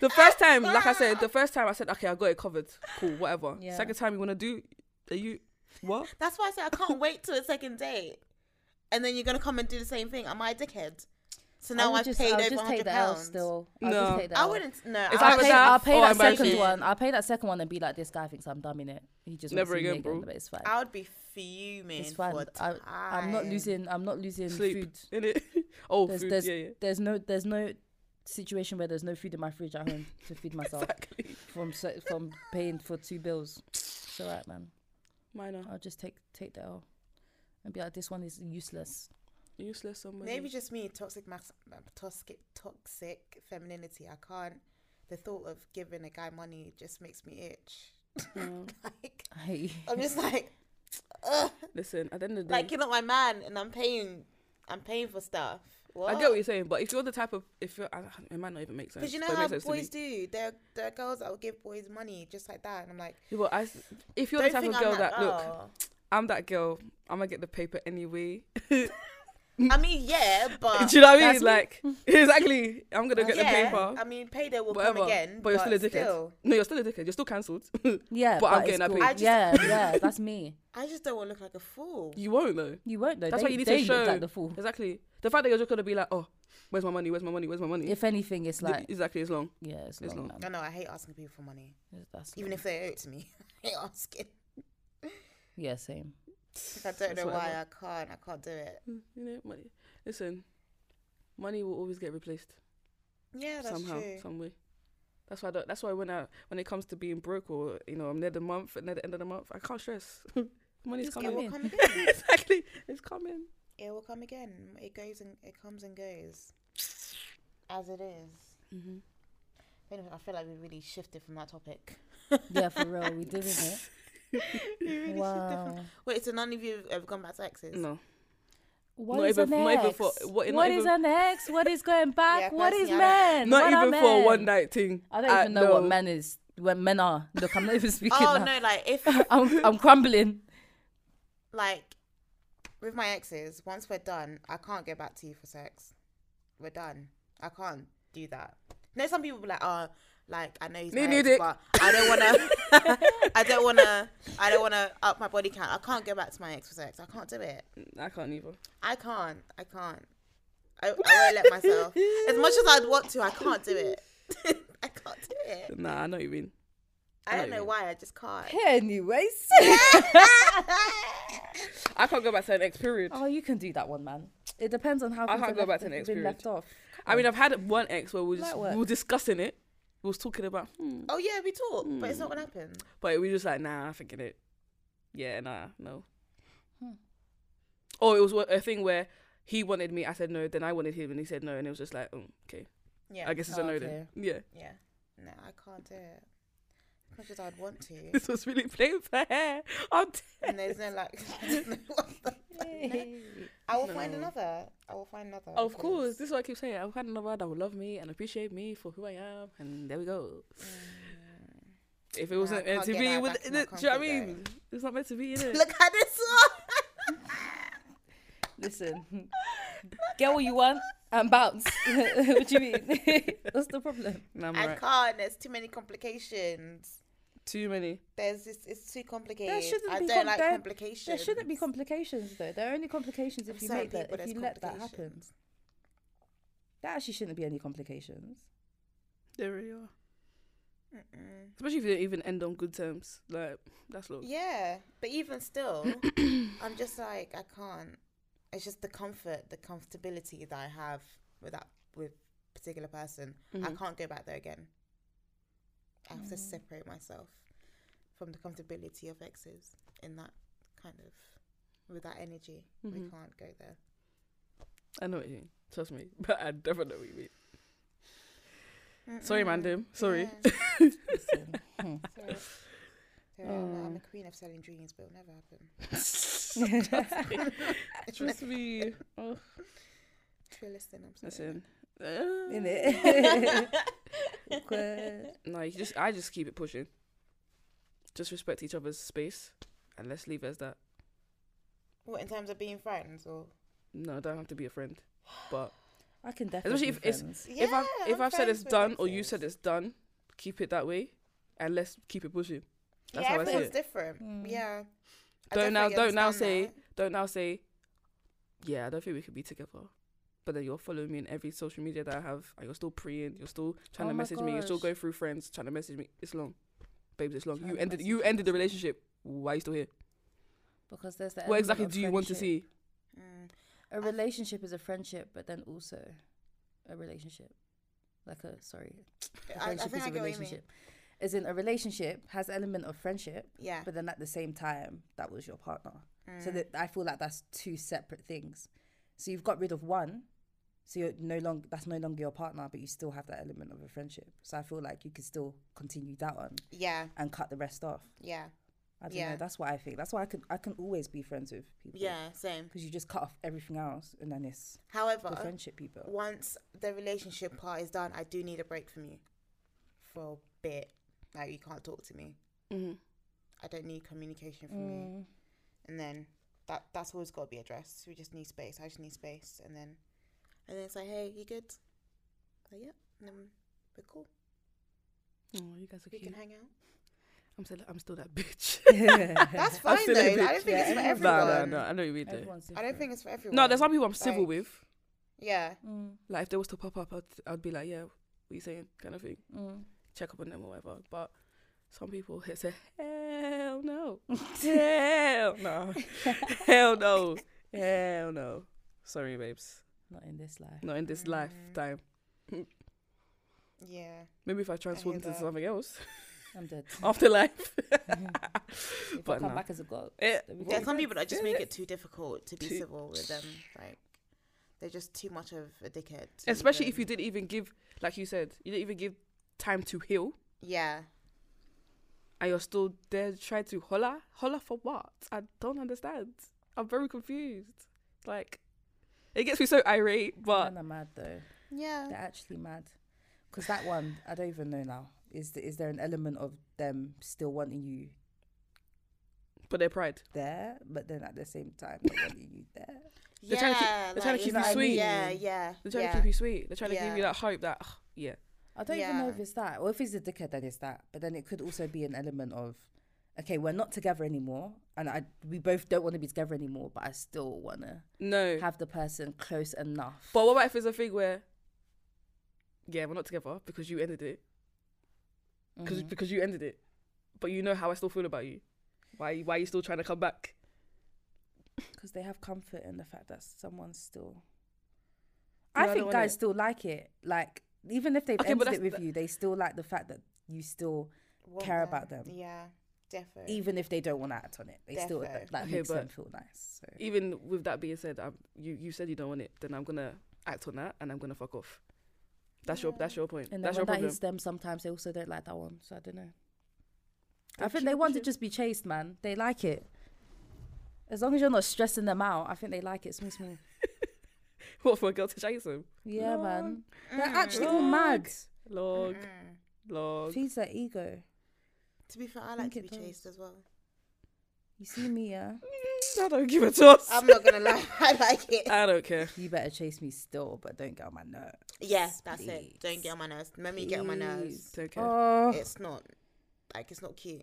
the first time, like I said, the first time I said, okay, I got it covered. Cool, whatever.
Yeah.
Second time you wanna do, are you what? *laughs*
That's why I say I can't wait till a second date, and then you're gonna come and do the same thing. Am I a dickhead? So now
would
I
just-
paid
I'll
over
just take
hundred
the L
pounds.
still. I'll just
No.
take the
I
L.
wouldn't. No,
If
I'll
I was
pay-
out-
I'll pay
or
that
I'm married.
second one. I'll pay that second one and be like, this guy thinks I'm dumbing it. He just wants
Never
to see me
again, bro.
But it's fine.
I would be fuming.
it's fine.
For
I,
time.
I'm not losing. I'm not losing
Sleep
food.
in it. Oh,
There's
food.
there's
yeah, yeah.
there's no there's no situation where there's no food in my fridge at home to feed *laughs*
*laughs*
myself
Exactly.
from se- from paying for two bills. It's alright, man.
Minor.
I'll just take take the L and be like, this one is useless. *laughs*
Useless somebody.
Maybe just me, toxic, mas- toxic, toxic femininity. I can't. The thought of giving a guy money just makes me itch. *laughs* like
I hate you.
I'm
*laughs*
just like, ugh,
Listen, at the end of the day,
like you're not my man, and I'm paying. I'm paying for stuff. What?
I get what you're saying, but if you're the type of if you're, I, it might not even make sense.
Because you know
but it
how
makes sense to me.
boys do. There, are, there are girls that will give boys money just like that, and I'm like,
Yeah, but I s if you're
don't
the type
think
of
I'm
girl that, look,
girl.
I'm that girl. I'm gonna get the paper anyway. *laughs*
I mean, yeah, but
Do you know what I
That's
mean?
me.
Like *laughs* exactly. I'm gonna get
yeah,
the paper.
I mean, payday will
whatever.
come again,
but you're still a dickhead.
still,
No, you're still a dickhead. You're still cancelled. *laughs*
Yeah,
But I'm
it's
getting that
cool.
paid. I
just-
Yeah, yeah, that's me.
I just don't want to look like a fool.
you won't though.
You won't though.
That's
they,
why you need to
they
show
look like the fool.
Exactly. The fact that you're just gonna be like, oh, where's my money? Where's my money? Where's my money?
If anything, it's
Th-
like
exactly as long.
yeah, it's,
it's
long,
long.
I
man.
know I hate asking people for money,
It's- That's
even
long.
if they owe it to me. *laughs* I hate asking.
yeah, same.
Like, I don't
That's
know
what I Hmm,
why I can't. I can't do it.
You know, money. Listen, money will always get replaced.
Yeah, that's
somehow,
true.
some way. That's why. I don't, that's why when I when it comes to being broke or you know I'm near the month near the end of the month, I can't stress. *laughs* Money's
Just
it
come
will
coming.
in.
*laughs*
come again.
exactly, it's coming.
it will come again. It goes and it comes and goes, as it is.
Mm-hmm.
Anyway, I feel like we really shifted from that
*laughs*
topic.
Yeah, for
*laughs*
real, we
We
didn't it.
really shifted from-
Wow.
Wait, so none of you have ever gone back to exes?
*laughs*
*laughs* No, *laughs*
What
Not
is
even-
an
not even
ex?
for- what- not
what
even-
is an ex? What is going back?
Yeah,
what is
personally, I
men?
not
What are
even for a
men?
one night thing.
I don't even know what men is. When men are. Look, I'm not even *laughs* speaking.
Oh
now.
no! Like if
*laughs*
*laughs* I'm I'm crumbling.
like with my exes, once we're done, I can't go back to you for sex. We're done. I can't do that. You know, some people be like, oh, like I know he's my
Need new
ex,
dick.
but I don't
*laughs*
wanna, I don't wanna, I don't wanna up my body count. I can't go back to my ex for sex. I can't do it.
*laughs* I can't either.
I can't. I can't. I, I won't let myself. As much as I'd want to, I can't do it. *laughs* I can't do it.
Nah, I know what you mean.
I don't
know
know why. I just
*laughs*
can't. *laughs*
Anyways.
I can't go back to an ex period.
*laughs* oh, you can do that one, man. It depends on how
I
things
can't
are
go
left-
back to an ex
been
period.
left off.
I
Oh.
mean, I've had one ex where we were, just,
Light
we
work.
were discussing it. We was talking about, hmm,
Oh yeah, we talk, but it's not what happened.
but we were just like, nah, forget it. Yeah, nah, no.
Hmm.
Or it was wha- a thing where he wanted me, I said no, then I wanted him, and he said no, and it was just like, mm, okay,
Yeah.
I guess it's
Oh,
a no
okay.
then. Yeah,
Yeah. No, I can't do it. As much as I'd want to.
this was really *laughs* playing for hair. I'm t-
and there's no like. *laughs* I will find another. I will find another.
of
because-
course, this is what I keep saying. I've had another that would love me and appreciate me for who I am, and there we go.
Mm.
If it
Nah,
wasn't
I
meant
can't
to
get
be,
that
with,
back in
do
my
you know what I
comfort
mean? It's not meant to be, innit?
Look at this one.
*laughs* Listen, *laughs* get what you want and bounce. *laughs* what do
*laughs*
you mean? That's the problem.
Nah, I'm
I
alright.
can't. There's too many complications.
Too many.
There's this. It's too complicated.
shouldn't
I
be
don't
com-
like
there-
complications.
There shouldn't be complications though. There are only complications if
With
you
certain
make that,
people,
if
there's
you let that happen.
complications.
That actually shouldn't be any complications.
There really are.
Mm-mm.
Especially if you don't even end on good terms. Like, that's low.
Yeah, but even still,
*coughs*
I'm just like I can't. It's just the comfort, the comfortability that I have with that with particular person.
Mm-hmm.
I
Mhm.
can't go back there again. I have to
Mm.
separate myself from the comfortability of exes in that kind of with that energy. We
Mhm.
can't go there.
I know what you mean. Trust me. *laughs* But I definitely know what you mean. Sorry, Mandem. Sorry.
Yeah.
*laughs*
Listen, *laughs* hmm.
Sorry. Sorry, I'm, I'm a queen of selling dreams, but it'll never happen.
*laughs*
*laughs* Trust me. Oh,
If you're listening, I'm sorry.
listen. Uh,
In *laughs* it. Awkward.
No, Uh, you just I just keep it pushing. Just respect each other's space, and let's leave it as that.
What in terms of being friends or?
No, I don't have to be a friend. But
I can definitely.
Especially if it's- if I've
Yeah,
if
I'm
I've said
friends
it's
with
done or you
exes.
said it's done, keep it that way, and let's keep it pushing. That's
yeah,
how I see
everyone's
it.
different.
Mm.
Yeah. I
Don't now
definitely
don't now
understand
say
that.
don't now say. Yeah, I don't think we could be together. but then you're following me on every social media that I have, and you're still preying, you're still trying
Oh my
to message me, you're still
gosh.
going through friends trying to message me. It's long, babes. It's long.
Trying
you
to
ended.
message
You
me.
ended the relationship. Why are you still here?
because there's the
what
element
exactly
of
do you want to
friendship.
see?
Mm.
A relationship is a friendship, but then also a relationship, like a sorry,
I,
a
I
friendship
think
is
I
a
get what you mean.
relationship. As in, a relationship has element of friendship,
Yeah.
but then at the same time, that was your partner. So
Mm.
that I feel like that's two separate things. So you've got rid of one, so you're no longer that's no longer your partner, but you still have that element of a friendship. So I feel like you could still continue that one
yeah,
and cut the rest off.
yeah,
I don't
Yeah.
know. That's what I think. That's why I can I can always be friends with people.
yeah, same.
Because you just cut off everything else, and then it's the
However,
friendship people.
once the relationship part is done, I do need a break from you for a bit. Like you can't talk to me.
Mm-hmm.
I don't need communication from
Mm.
you. And then that that's always got to be addressed. We just need space. I just need space. And then and then it's like, hey, you good? Like, yeah. And then we're cool.
Oh, you guys are
We
cute.
can hang
*laughs*
out.
I'm still. I'm still
*laughs*
that bitch.
*laughs*
*laughs*
That's
I'm
fine though.
still a
Like, I don't
bitch,
think it's
yeah.
for
Nah,
everyone.
Nah, nah, nah. I know you mean though.
Mm. Everyone's
I don't
different.
think it's for everyone.
No, there's some people I'm civil
Like-
with.
Yeah.
Mm,
Like if they was to pop up, I'd, I'd be like, yeah, what you saying, kind of thing.
mm.
Check up on them or whatever. But some people *laughs* hit say, hell *laughs* no, hell *laughs* no, hell no, hell no. Sorry, babes.
Not in this life.
Not in this
Mm.
lifetime.
Yeah.
Maybe if I transform into
that.
something else, *laughs*
I'm dead.
afterlife.
if I
*laughs* but
come
no.
back as a god,
Eh,
then we
There's
can-
some people
*laughs*
that just
Yeah.
make it too difficult to be
Too-
civil with them. Like they're just too much of a dickhead. to
Especially if
even-
you didn't even give, like you said, you didn't even give time to heal,
Yeah.
and you're still there trying to holler, holler for what? I don't understand. I'm very confused. Like, it gets me so irate, but
Men are mad though.
Yeah.
They're actually mad. Because that one, I don't even know now. Is th- is there an element of them still wanting you
but their pride.
there, but then at the same time not wanting you there?
They're trying to keep-
Yeah,
they're trying to
like, it's
keep you
like-
sweet.
Yeah, yeah.
They're trying
yeah.
to keep you sweet. They're trying to give you
Yeah.
that hope that ugh, yeah,
I don't even know if
Yeah.
it's that, or if it's a dickhead, then it's that. But then it could also be an element of, okay, we're not together anymore, and I we both don't want to be together anymore, but I still wanna
no.
have the person close enough.
But what about if it's a thing where, yeah, we're not together because you ended it, because
Mhm.
because you ended it, but you know how I still feel about you. Why why are you still trying to come back?
'Cause they have comfort in the fact that someone's still.
No, I
I
don't
think
want
guys
it.
still like it. Like even if they've
Okay, but
ended it
that's-
with you, they still like the fact that you still,
Want
care about them.
Yeah, definitely.
even if they don't want to act on it, they still
Defo.
that
Okay,
makes them
but-
feel nice. So
Even with that being said, i you you said you don't want it, then I'm gonna act on that and I'm gonna fuck off. That's your that's your point.
and then
that's your
when that
problem.
hits them, sometimes they also don't like that one. So I don't know. I
They're
think they
cute,
want to
cute.
just be chased, man. They like it. As long as you're not stressing them out, I think they like it. Smooth, smooth.
*laughs* What for a girl to chase him?
Yeah,
Log.
man. They're
Mm.
actually all mad.
Log,
Mm.
log.
Feeds their ego.
To be fair, I
think
like to
it
be
does.
chased as well.
You see me, yeah.
Mm, I don't give a toss.
I'm
*laughs*
not gonna lie, *laughs* I like it.
I don't care.
You better chase me still, but don't get on my nerves.
Yes, that's it.
please.
Don't get on my nerves. Remember, you get on my nerves.
Don't care.
Oh,
It's not like it's not cute.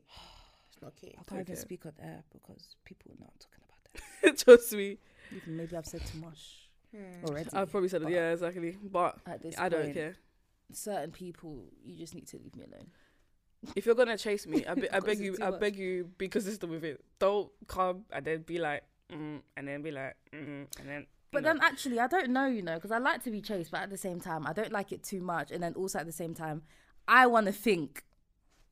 It's not
*sighs*
cute.
I can't even
okay.
speak on air because people are not talking about that.
*laughs* Trust me.
*laughs* Even maybe I've said too *laughs* much
Hmm.
already.
I've probably said it.
but
Yeah, exactly. But
At this
I don't
point,
care.
Certain people, you just need to leave me alone.
If you're gonna chase
*laughs*
me, I, be, I
Because
beg
it's
you,
too
I
much.
beg you, be consistent with it. Don't come and then be like, mm, and then be like, mm, and then.
But
no.
then actually, I don't know, you know, because I like to be chased, but at the same time, I don't like it too much. And then also at the same time, I want to think,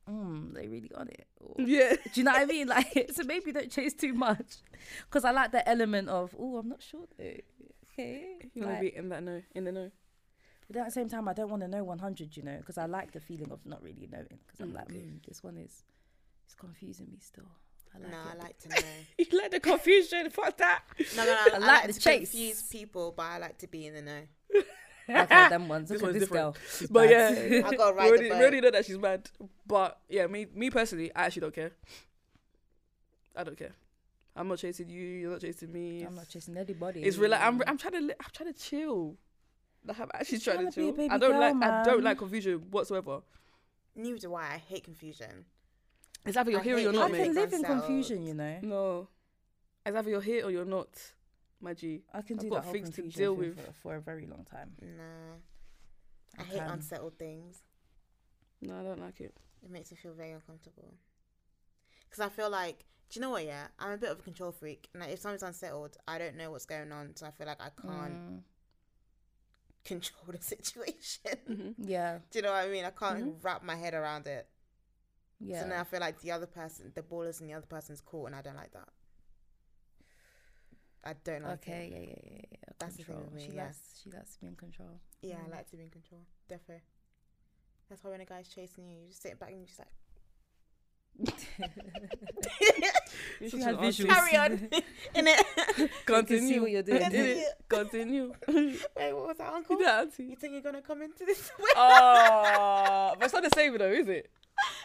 mm, they really on it. *laughs* Or, do
*laughs* yeah,
you know what I mean? *laughs* Like, so maybe don't chase too much, because I like the element of, oh, I'm not sure though. Okay.
you wanna
Like,
be in that no, in the no. *laughs*
But then at the same time, I don't want to know 100, you know, because I like the feeling of not really knowing. Because I'm
Mm,
like,
okay.
mm, this one is, it's confusing me still. I like
No,
it.
I
*laughs*
like to know.
You like the confusion? Fuck that.
No, no,
*laughs*
no. I,
like
like
the
to
chase.
confuse people, but I like to be in the know.
Like all them ones.
This
Look at
one's
this girl.
different.
She's
But
bad. *laughs*
yeah, *laughs*
I gotta ride
we
the
already, we
bike.
already know that she's mad. But yeah, me, me personally, I actually don't care. I don't care. I'm not chasing you. You're not chasing me.
I'm not chasing anybody.
It's really. I'm. I'm trying to. li- I'm trying to chill. Like, I'm actually
She's
trying to
tryna be a
chill. I
baby
don't
girl,
like. I don't
man.
like confusion whatsoever.
Neither do I. I hate confusion.
It's either you're
I
here or
hate
you're
I
not, Mm.
it.
can
mate.
live in
Unsettled.
confusion, you know.
No. It's either you're here or you're not. my G.
I can
I've
do
got
that whole
things to
confusion
deal
thing
with.
for, for a very long time.
Nah. I,
I
hate
can.
unsettled things.
No, I don't like it.
It makes me feel very uncomfortable. Because I feel like, do you know what, yeah? I'm a bit of a control freak. And like, if something's unsettled, I don't know what's going on. So I feel like I can't
Mm,
control the *laughs* situation. *laughs*
hmm
yeah,
do you know what I mean? I can't
Mhm.
wrap my head around it.
Mm-hmm. yeah.
So now I feel like the other person, the ball is in the other person's court, and I don't like that. I don't like it.
okay, yeah, yeah, yeah, yeah. yeah.
That's the thing
Control.
with me,
She
yeah.
likes, she likes to be in control. *laughs*
Yeah,
Mm.
I like to be in control. Defo. That's why when a guy's chasing you, you just sit back and you're just like,
You
She
should
had
have answered.
*laughs*
visuals.
carry on. Innit?
can see what
Continue.
you're doing.
Innit? *laughs* Continue.
Wait, what was that, uncle?
Did that, auntie?
You think you're going to come into this *laughs* way?
Oh, but it's not the same though, is it?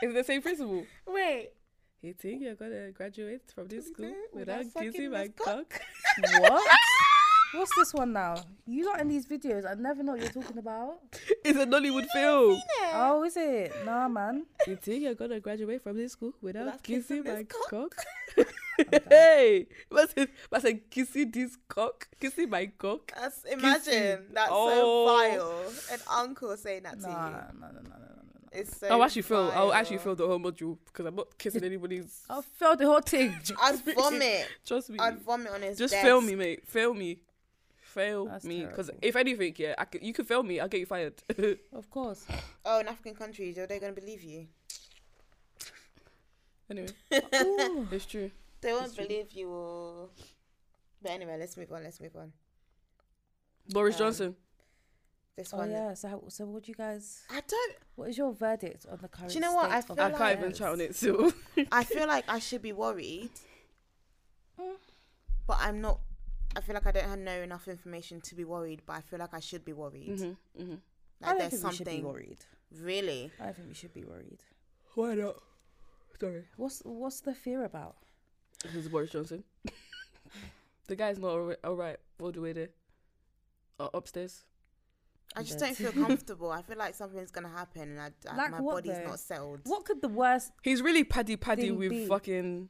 It's the same principle.
Wait.
You think you're gonna graduate from this school
Without
without
sucking
kissing my
this cock?
cock?
*laughs*
what? What's this one now? You lot in these videos, I never know what you're talking about.
It's a Nollywood film.
Oh, is it? Nah, man.
You think you're gonna graduate from this school without
Without
kissing,
kissing this
my
cock?
cock? *laughs* hey, what's it? What's it? Kissing this cock? Kissing my cock?
That's, imagine. That's
Oh.
so vile. An uncle saying that to
Nah, nah,
you.
nah, nah, nah, nah, nah. nah.
It's so
I'll Oh, actually fail. I'll actually fail
vile.
the whole module because I'm not kissing
*laughs*
anybody's.
Oh,
I failed the whole thing.
*laughs*
I'd vomit.
Trust me.
I'd vomit on his
Just
desk.
fail me, mate. Fail me. Fail
That's
me. Because
terrible.
if anything, yeah, I c- you could fail me. I'll get you fired. *laughs* and
*laughs*
*laughs*
Of course.
Oh, in African countries, are they going to believe you?
Anyway,
Ooh.
it's true.
*laughs* They won't
It's true.
believe you. oh. But anyway, let's move on. Let's move on.
Boris
Um,
Johnson.
This
Oh
one.
yeah. So, how, so what do you guys?
I don't.
What is your verdict on the current?
you know what? I
state of
feel
I can't even
affairs?
chat on it. So
I feel like I should be worried,
Mm.
but I'm not. I feel like I don't have know enough information to be worried, but I feel like I should be worried.
mm-hmm, mm-hmm.
Like
I don't
there's
think we should
something
be worried.
really.
I don't think we should be worried.
why not? Sorry,
What's what's the fear about?
this is Boris *laughs* Johnson. the guy's not alri- all right all the way there. Uh, upstairs.
I just
Dead.
don't
*laughs*
feel comfortable. I feel like something's gonna happen, and I, I-
Like
my
what,
body's
though?
not settled.
What could the worst
He's really paddy paddy
Thing
with
B.
fucking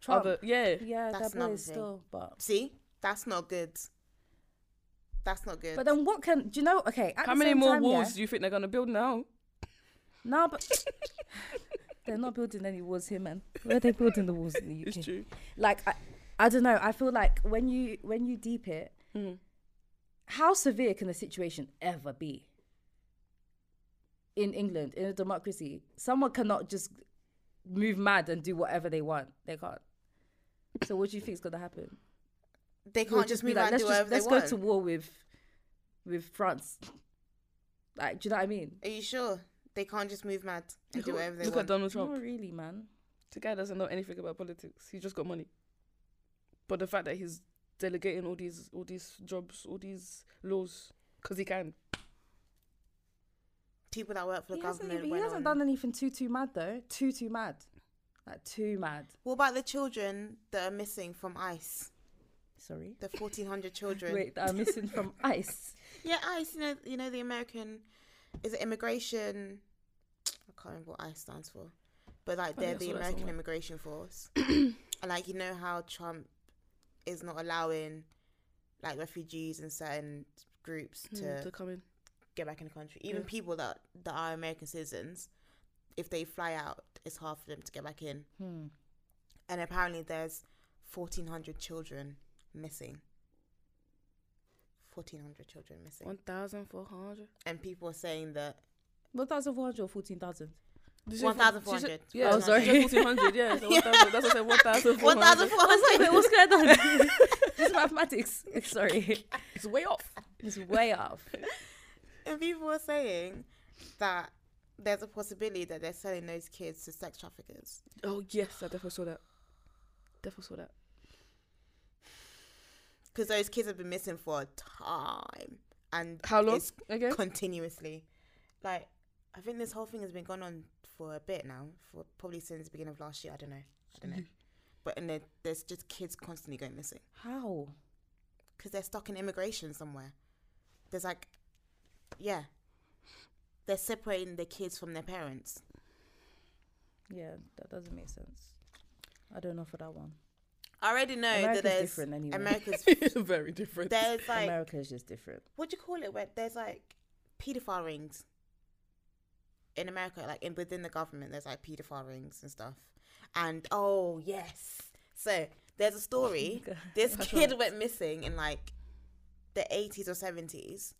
Trump?
other. Yeah,
yeah,
That's
that boy
another
is
thing.
still. But
See, that's not good. That's not good.
but then what can do you know? Okay, at
How
the
many
same
more
time,
walls
Yeah,
do you think they're gonna build now?
no, but *laughs* they're not building any walls here, man. Where are they building the walls in the UK?
It's true.
like I, I don't know i feel like when you when you deep it
Mhm.
how severe can the situation ever be in england in a democracy someone cannot just move mad and do whatever they want they can't so what do you think is going to happen
they
We'll
can't just
be
move
like,
out and
let's
do
just-
whatever they
let's
want.
go to war with with france like do you know what i mean
Are you sure they can't just move mad and do whatever they
Look at
want?
Donald Trump.
not really man
The guy doesn't know anything about politics. He's just got money. But the fact that he's delegating all these all these jobs, all these laws, because he can.
People that work for the
he hasn't,
government.
even- he
went
hasn't
on.
done anything too too mad though too too mad like too mad
What about the children that are missing from ICE?
sorry
The fourteen hundred children.
wait that are missing
*laughs*
from ice
Yeah, ICE. You know, you know the American. Is it immigration? I can't remember what ICE stands for, but like
I
they're
think
the
Oh, I saw that
American
somewhere.
immigration force.
*clears throat*
and like you know how Trump is not allowing like refugees and certain groups to
to come in.
get back in the country. Even
Yeah.
people that that are American citizens, if they fly out, it's hard for them to get back in.
hmm
And apparently, there's fourteen hundred children missing. Fourteen hundred children missing,
One thousand four hundred.
and people are saying that
1,400 or *laughs* 14,000?
Did you say
one thousand
four-
four
did you say-
hundred.
Yeah,
Oh, sorry.
*laughs* fourteen hundred. Yeah, so
*laughs*
1,000. that's what I said. One thousand four
One thousand
hundred.
four hundred. *laughs*
what's going on? *laughs* It's mathematics. *laughs* Sorry.
It's way off.
It's way off.
And people are saying that there's a possibility that they're selling those kids to sex traffickers.
Oh yes, I definitely saw that. Definitely saw that.
because those kids have been missing for a time and
How long
it's
again?
continuously like i think this whole thing has been going on for a bit now for probably since the beginning of last year i don't know i don't know
Mm-hmm.
but and there, there's just kids constantly going missing
How?
because they're stuck in immigration somewhere there's like yeah they're separating their kids from their parents
Yeah, that doesn't make sense. I don't know for that one.
I already know that
America's
there's
different anyway. *laughs*
America's
Very different.
there's like
America is just different.
what do you call it when there's like pedophile rings in America, like in within the government, there's like pedophile rings and stuff. And oh yes, so there's a story. this kid went missing in like the 80s or 70s,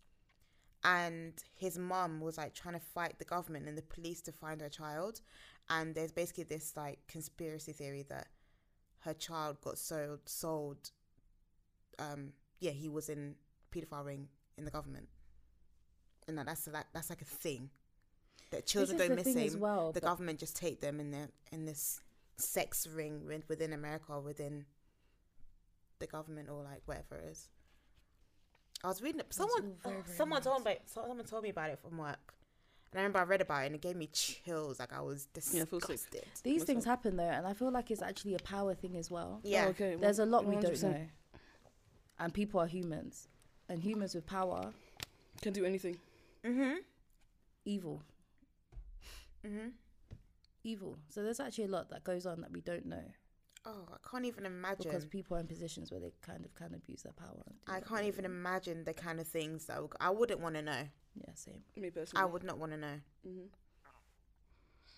and his mum was like trying to fight the government and the police to find her child. And there's basically this like conspiracy theory that her child got sold sold. Um, yeah, he was in pedophile ring in the government, and that, that's like that's like a thing that children
is
go
the thing
missing.
as well,
the
but-
government just take them in their in this sex ring with- within America or within the government or like whatever it is. I was reading it. Someone,
all very,
oh,
very
someone told me. so- Someone told me about it from work, and I remember I read about it and it gave me chills. Like I was
I feel sick.
disgusted.
These things happen though, and I feel like it's actually a power thing as well.
Yeah,
Oh, okay.
There's a lot we don't
100%
know, and people are humans, and humans with power,
Can do anything.
Mm-hmm.
evil. Evil. So there's actually a lot that goes on that we don't know
Oh, I can't even imagine.
because people are in positions where they kind of can abuse their power. and do
I
that.
can't even imagine the kind of things that I, would, I wouldn't want to know.
Yeah, Oh. same.
Me personally.
I would not want to know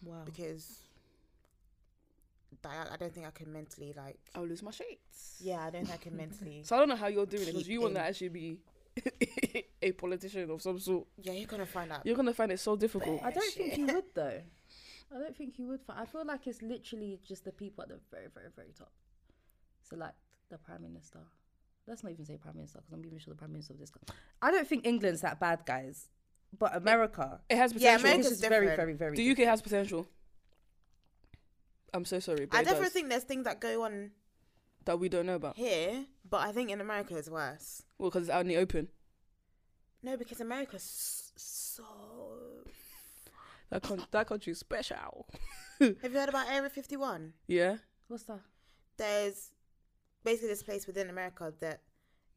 Wow.
because I, I don't think I can mentally like.
I'll lose my shades.
Yeah, I don't think I can *laughs* mentally.
So I don't know how you're doing it because
Keep
you want to
in.
actually be *laughs* a politician of some sort.
Yeah, you're gonna find out.
You're gonna find it so difficult.
I don't think he would though.
*laughs*
I don't think he would. fi- I feel like it's literally just the people at the very, very, very top. So like the prime minister. Let's not even say prime minister because I'm even sure the prime minister of this. Country. I don't think England's that bad, guys. But America,
It has
Yeah,
potential.
America's
this is very,
different.
very, very.
the UK has potential. I'm so sorry, but
I
it does,
definitely think there's things that go on
that we don't know about.
here, but I think in America it's worse.
Well, because it's out in the open.
No, because America's s- so.
That con- that country's special. *laughs*
Have you heard about Area 51?
Yeah,
What's that?
There's basically this place within America that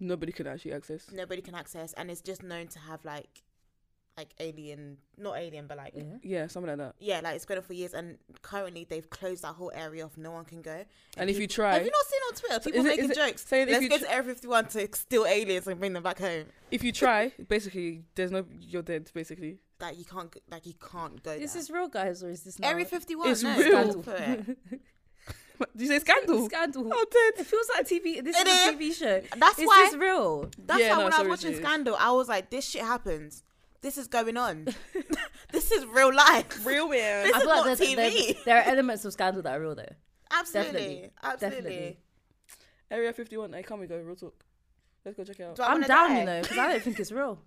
nobody can actually access.
nobody can access, and it's just known to have like, like alien, not alien, but like, yeah,
Yeah, something like that.
like it's going on for years, and currently they've closed that whole area off. No one can go.
And if you
peop-
try-
have you not seen on Twitter people
is it-
making
is it
jokes?
saying if
Let's
you
go
tr-
to Area 51 to steal aliens and bring them back home.
If you try, basically, there's no you're dead.
*laughs*
Basically,
Like you can't, g- like you can't go.
This
there.
is real, guys, or is this not
Area 51.
It's
no,
real.
don't put
*laughs*
it.
do you say scandal?
Scandal.
*laughs* Oh, dead.
It feels like TV. This
It
is a
is.
TV show.
That's
is
why-
this real?
That's
Yeah,
why
no,
when
it's
I was
always
watching
it is.
Scandal, I was like, this shit happens. This is going
*laughs*
on. *laughs* this is real life. Real weird. This
I
is
feel like
not
there's,
TV.
there's- there are elements of scandal that are real though.
*laughs* absolutely.
definitely,
Absolutely.
definitely.
Area 51. Hey, come we go. Real talk. Let's go check it out.
Do I
I'm
wanna
down,
die?
you know, because I don't think it's real.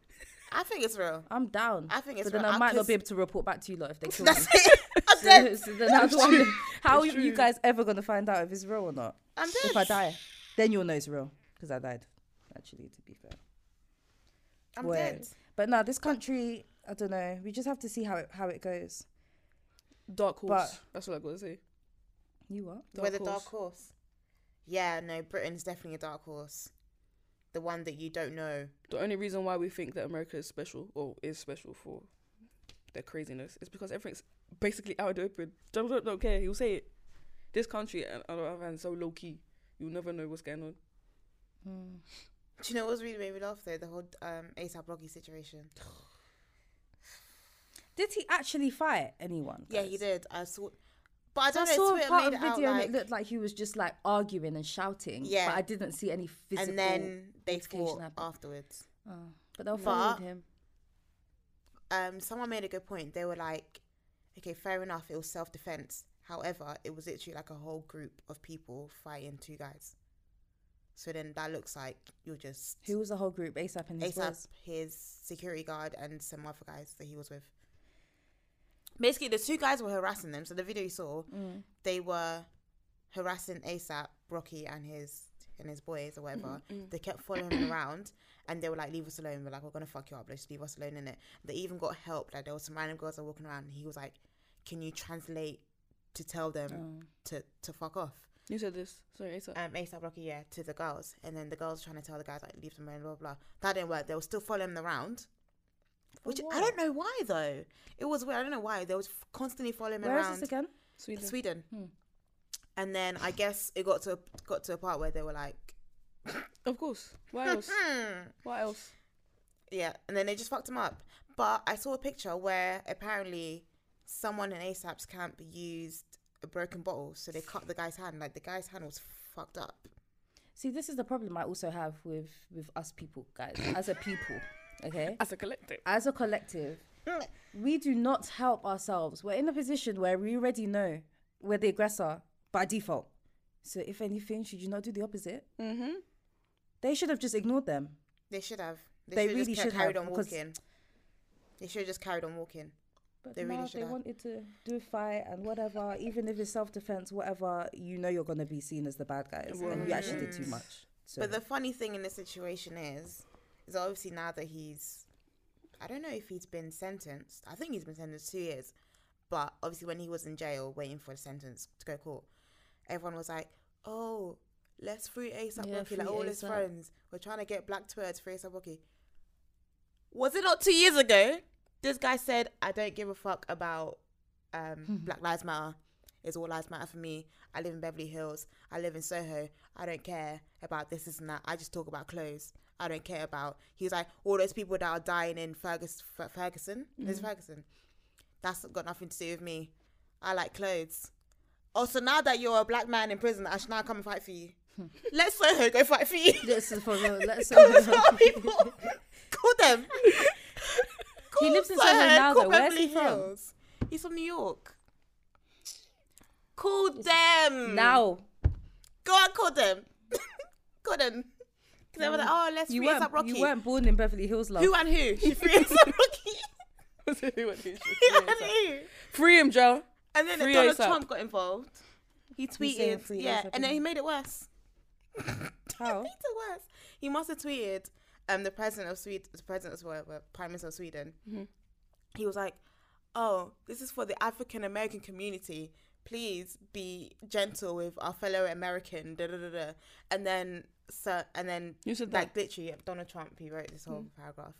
I think it's real.
I'm down.
I think it's
But then
real.
I
I-
might not
'cause-
be able to report back to you lot if they
*laughs*
kill me.
That's it.
*laughs*
I'm dead.
So then I don't know- how are
It's
you
true.
guys ever gonna find out if it's real or not?
I'm
If
dead.
I die, then you'll know it's real because I died. Actually, to be fair,
I'm
Word.
dead.
But no, this country, I don't know. We just have to see how it how it goes.
Dark horse.
But-
That's what I gotta say.
You what?
We're the dark horse. Yeah, no, Britain's definitely a dark horse. The one that you don't know.
The only reason why we think that America is special or is special for their craziness is because everything's basically out in the open. Don't, don't, don't care. He'll say it. This country, and on the other hand, is so low key. You'll never know what's going on.
Mm.
Do you know what's really made me laugh though? The whole um, ASAP Rocky situation.
Did he actually fight anyone?
Yeah,
guys?
he did. I saw, but I
I
don't know.
saw
Twitter
part
made
of
it
video
out
and
like,
it looked like he was just like arguing and shouting.
Yeah.
but I didn't see any physical.
and then they
altercation
fought
happened.
afterwards.
Oh, but they were
But-
following him.
um, someone made a good point. They were like, okay, fair enough, it was self defense. However, it was literally like a whole group of people fighting two guys. So then that looks like you're just
Who was the whole group? ASAP and his
ASAP,
boys.
his security guard, and some other guys that he was with. Basically, the two guys were harassing them. So the video you saw,
Mm.
they were harassing ASAP, Rocky, and his and his boys or whatever.
Mm.
They kept following him around, and they were like, "Leave us alone." We're like, "We're gonna fuck you up. Let's leave us alone." In it, they even got help. Like there were some random girls that were walking around, and he was like, "Can you translate to tell
Oh.
them to to fuck off?"
You said this. Sorry, ASAP.
um, ASAP Rocky, yeah, to the girls, and then the girls trying to tell the guys like leave them alone, blah blah. blah. That didn't work. They were still following them around, which I don't know why though. It was weird. I don't know why they was f- constantly following them
Where is
around.
this again? Hmm.
Sweden.
Sweden. And then I guess it got to a, got to a part where they were like,
Of course. What else?
hmm,
what else?
yeah, and then they just fucked him up. But I saw a picture where apparently someone in ASAP's camp used a broken bottle, so they cut the guy's hand. Like the guy's hand was fucked up.
See, this is the problem I also have with with us people, guys, as a people,
*laughs*
okay?
As a collective.
As a collective, we do not help ourselves. We're in a position where we already know we're the aggressor by default. So, if anything, should you not do the opposite? Mm-hmm.
*laughs*
They should have just ignored them.
They should have.
They
should've
really
just
should
kept- carried
have,
on
because-
walking. They should have just carried on walking.
But
They
no,
really should
they
have.
wanted to do fight and whatever, even if it's self defense, whatever. You know, you're gonna be seen as the bad guys, and you actually did too much. So,
But the funny thing in this situation is, is obviously now that he's, I don't know if he's been sentenced. I think he's been sentenced two years, but obviously when he was in jail waiting for the sentence to go court, everyone was like, "Oh, let's free ASAP
Yeah,
Rocky, like
free
all his
ASAP.
friends. We're trying to get Black Twitter to free ASAP Rocky." Was it not two years ago? This guy said, "I don't give a fuck about
*laughs*
um, Black Lives Matter." It's all lives matter for me. I live in Beverly Hills. I live in Soho. I don't care about this, this, and that. I just talk about clothes. I don't care about. He was like, all those people that are dying in Fergus, F- Ferguson. Is it Ferguson? That's got nothing to do with me. I like clothes. Oh, so now that you're a black man in prison, I should now come and fight for you. Let Soho go fight for you.
*laughs* This is for
*laughs*
real, let *laughs*
Call
Soho
the
go
smart people. Call them. Call
lives in Soho now,
call
though. Where's he
Beverly
from?
Hills. He's from New York. Call them
now
Go and call them. *laughs* call them. 'Cause they were like, oh, let's
you
free ASAP
weren't,
Rocky.
you weren't born in Beverly Hills, love.
Who and who?
*laughs*
She free ASAP Rocky. *laughs* Who and who?
*laughs* Free him, Joe.
And then
Free
Donald
ASAP.
Trump got involved. He
saying
tweeted,
free
yeah,
ASAP,
and then he
innit?
made it worse. *laughs*
How?
Made it worse. He must have tweeted, um, the president of Sweden, the president of whatever, prime minister of Sweden. He was like, "Oh, this is for the African American community. Please be gentle with our fellow American." Da da da da. And then, so, and then
You said that.
like literally yeah, Donald Trump he wrote this
Mm.
whole paragraph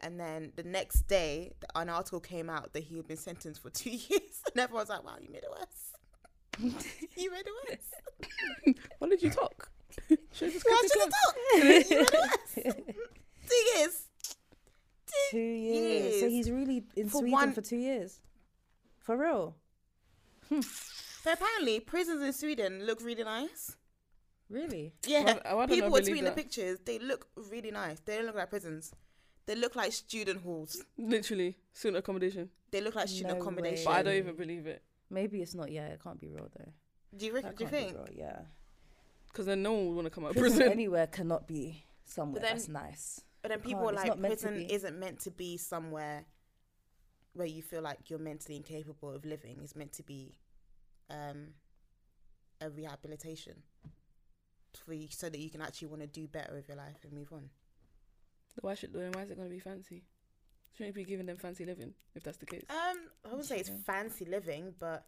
and then the next day th- an article came out that he had been sentenced for two *laughs* years and everyone's like wow you made it
*laughs*
worse you made it worse
What did
*laughs*
you talk? *laughs* Should I just
why
cut it
should
short?
I talk you made it worse two
*laughs*
years
Two years. So
years.
he's really in
For
Sweden
one-
for two years. For real?
so apparently prisons in Sweden look really nice
Really?
yeah
Why- why don't I
people were
believe
tweeting
that?
the pictures they look really nice they don't look like prisons they look like student halls
Literally, student accommodation.
they look like student
No way.
accommodation
But I don't even believe it
Maybe it's not. Yeah, it can't be real though.
do you, reckon,
That
do you
can't be
think
real, Yeah.
because then no one would want to come out of
Prison,
prison.
anywhere cannot be somewhere
then-
that's nice.
But then
You
people
can't.
are
It's
like,
not meant to
prison
be.
isn't meant to be somewhere where you feel like you're mentally incapable of living. It's meant to be um, a rehabilitation for you, so that you can actually want to do better with your life and move on.
*laughs* Why should? Why is it going to be fancy? Shouldn't you be giving them fancy living if that's the case?
Um, I wouldn't say it's fancy living, but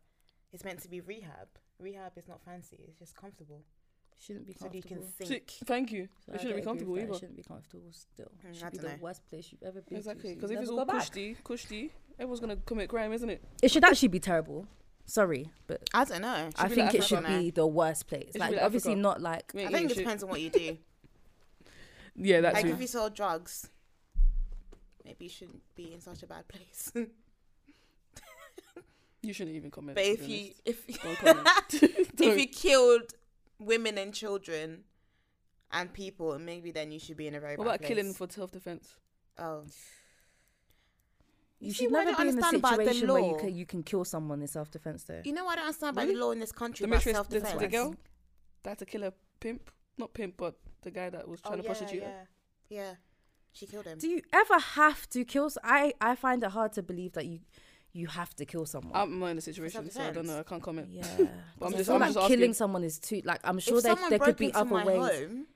it's meant to be rehab. Rehab is not fancy; it's just comfortable,
Shouldn't be
so that you
comfortable.
can
So-
think.
thank you.
So I
it shouldn't be
don't agree
comfortable
with that. It
either.
shouldn't be comfortable still.
Mm,
It
I
should be the
dunno.
worst place you've ever been. to, so
Exactly,
you
because if
never
it's
go
all
back.
cushy, cushy, everyone's gonna commit crime, isn't it?
it should actually be terrible. Sorry, but
I don't know.
I
be
think
like
it should
Africa.
be the worst place.
should
like
be like
obviously
Africa.
not like
Mate,
I
yeah,
think
you
it
should-
depends on what you do.
Yeah, *laughs* that's
like
true.
if you sell drugs, maybe you shouldn't be in such a bad place.
You shouldn't even comment.
But
to
if
be
you if *laughs*
Don't comment. *laughs*
if
Don't.
you killed women and children and people, maybe then you should be in a very
honest. what
bad
about
place.
killing for self-defense?
Oh,
you,
You see
should
why I don't
never be in a
understand about the
situation where you
law?
can you can kill someone in self defense though.
you know what I don't understand about
Really?
the law in this country
The
about
mistress, the,
self-defense.
the girl that had to kill a pimp, not pimp, but the guy that was
Oh,
trying to
yeah,
prostitute
yeah.
her.
yeah, she killed him.
Do you ever have to kill? s- I I find it hard to believe that you you have to kill someone.
I'm not in the situation, so I don't know. I can't comment.
yeah,
But I'm
I
just-
feel
I'm
like
just asking.
killing someone is too. Like I'm sure
if
there,
someone
there
broke
could be
into
other
my
ways.
home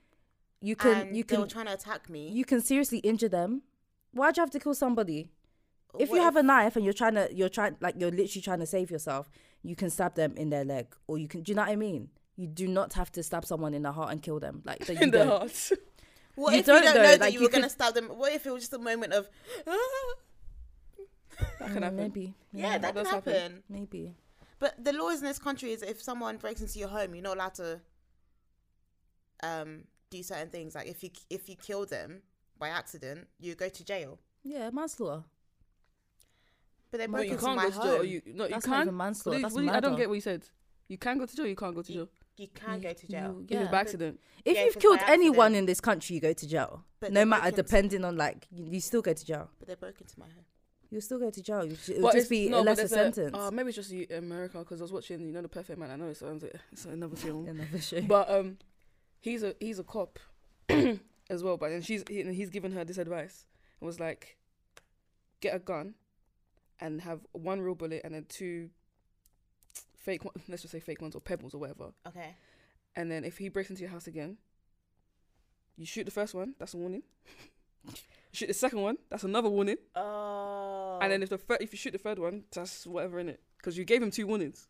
You can
and
you
they
can
were trying to attack me,
you can seriously injure them. Why'd you have to kill somebody? If
what
you have a knife and you're trying to you're trying like you're literally trying to save yourself, you can stab them in their leg, or you can. Do you know what I mean? You do not have to stab someone in the heart and kill them. Like that you
*laughs* *laughs* In the
don't. *laughs*
heart.
what
you
if you don't
don't know,
know that
like,
you
you
were going to
could-
stab them? What if it was just a moment of, "Ah,"
That can
Mm,
happen.
Maybe.
yeah, that
that
can
does happen.
happen.
Maybe.
But the laws in this country is if someone breaks into your home, you're not allowed to um, do certain things. Like if you if you kill them by accident, you go to jail.
Yeah, manslaughter.
But they
But
broke
you
into
can't
my
go to jail.
home.
or You, no,
That's
you
not
can.
even manslaughter,
What do you-
that's
what do you- I don't
murder.
get what you said. You can go to jail. You can't go to jail.
you can go to jail.
You-
If it's
yeah.
by accident.
If
Yeah, if
you've
it's
killed
by
anyone
accident.
in this country, you go to jail.
But
no
they
matter,
reckon-
depending on like, you, you still go to jail.
But they broke into my home.
You'll still go to jail. You should- It'll
But
just
it's-
be
no,
a
but
lesser
there's
sentence. *laughs*
Uh, maybe it's just you- America because I was watching, you know, The Perfect Man. I know it sounds like it's another film,
Another show.
but um, he's a he's a cop *clears throat* as well. But then she's he, and he's given her this advice. It was like, get a gun, and have one real bullet and then two fake one, let's just say fake ones or pebbles or whatever.
Okay.
And then if he breaks into your house again, you shoot the first one. That's a warning. *laughs* shoot the second one. That's another warning.
Oh.
And then if the third, if you shoot the third one, that's whatever in it, because you gave him two warnings.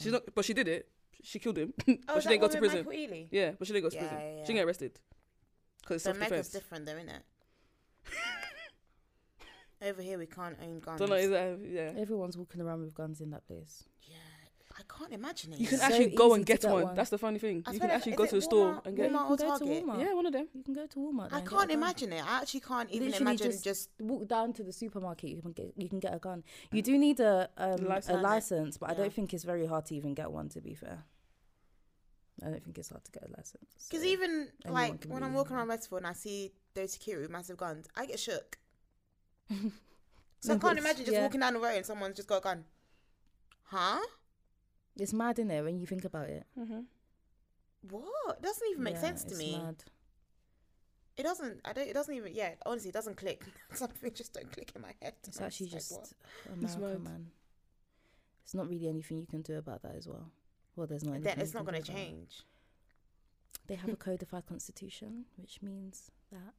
She's not, but she did it. She killed him,
Mm. oh,
*laughs* but she didn't go to prison.
Michael Ealy.
Yeah, but she didn't go to
Yeah,
prison.
yeah,
She didn't
yeah.
get arrested because
So
self
America's
defense.
different, though, isn't it? Over here, we can't own guns.
Don't know. Is that yeah?
Everyone's walking around with guns in that place.
yeah, I can't imagine it.
You can
so
actually go
easy
and
to
get,
get
one.
one.
That's the funny thing.
I
you
swear
can
to-
actually
is
go
it
to a store
Walmart-
and
Yeah,
get.
Walmart?
you
or
can go to
Target?
Walmart.
Yeah, one of them.
You can go to Walmart.
I
and get
can't
a gun.
imagine it. I actually can't even
Literally
imagine
just,
just,
walk down to the supermarket. You can get you can get a gun. You do need a um,
License.
a license, but I
Yeah.
don't think it's very hard to even get one. To be fair, I don't think it's hard to get a license.
because
so-
even
anyone
like
can
when
be
I'm
in
walking
there.
around Westfield and I see those security with massive guns, I get
*laughs*
shook. so
No,
I
but
can't
it's-
imagine just
yeah.
walking down the road and someone's just got a gun. Huh?
it's mad in there when you think about it.
Mm-hmm.
What? Doesn't even make
Yeah,
sense to
it's
me.
mad.
It doesn't. I don't. It doesn't even. Yeah. Honestly, it doesn't click. *laughs* Something just don't click in my head.
It's
I'm
actually
like,
just
what?
America,
mad.
man. It's not really anything you can do about that as well. Well, there's not.
Then
anything
it's
you
not
can
going
do
to
about it.
change.
They
*laughs*
have a codified constitution, which means that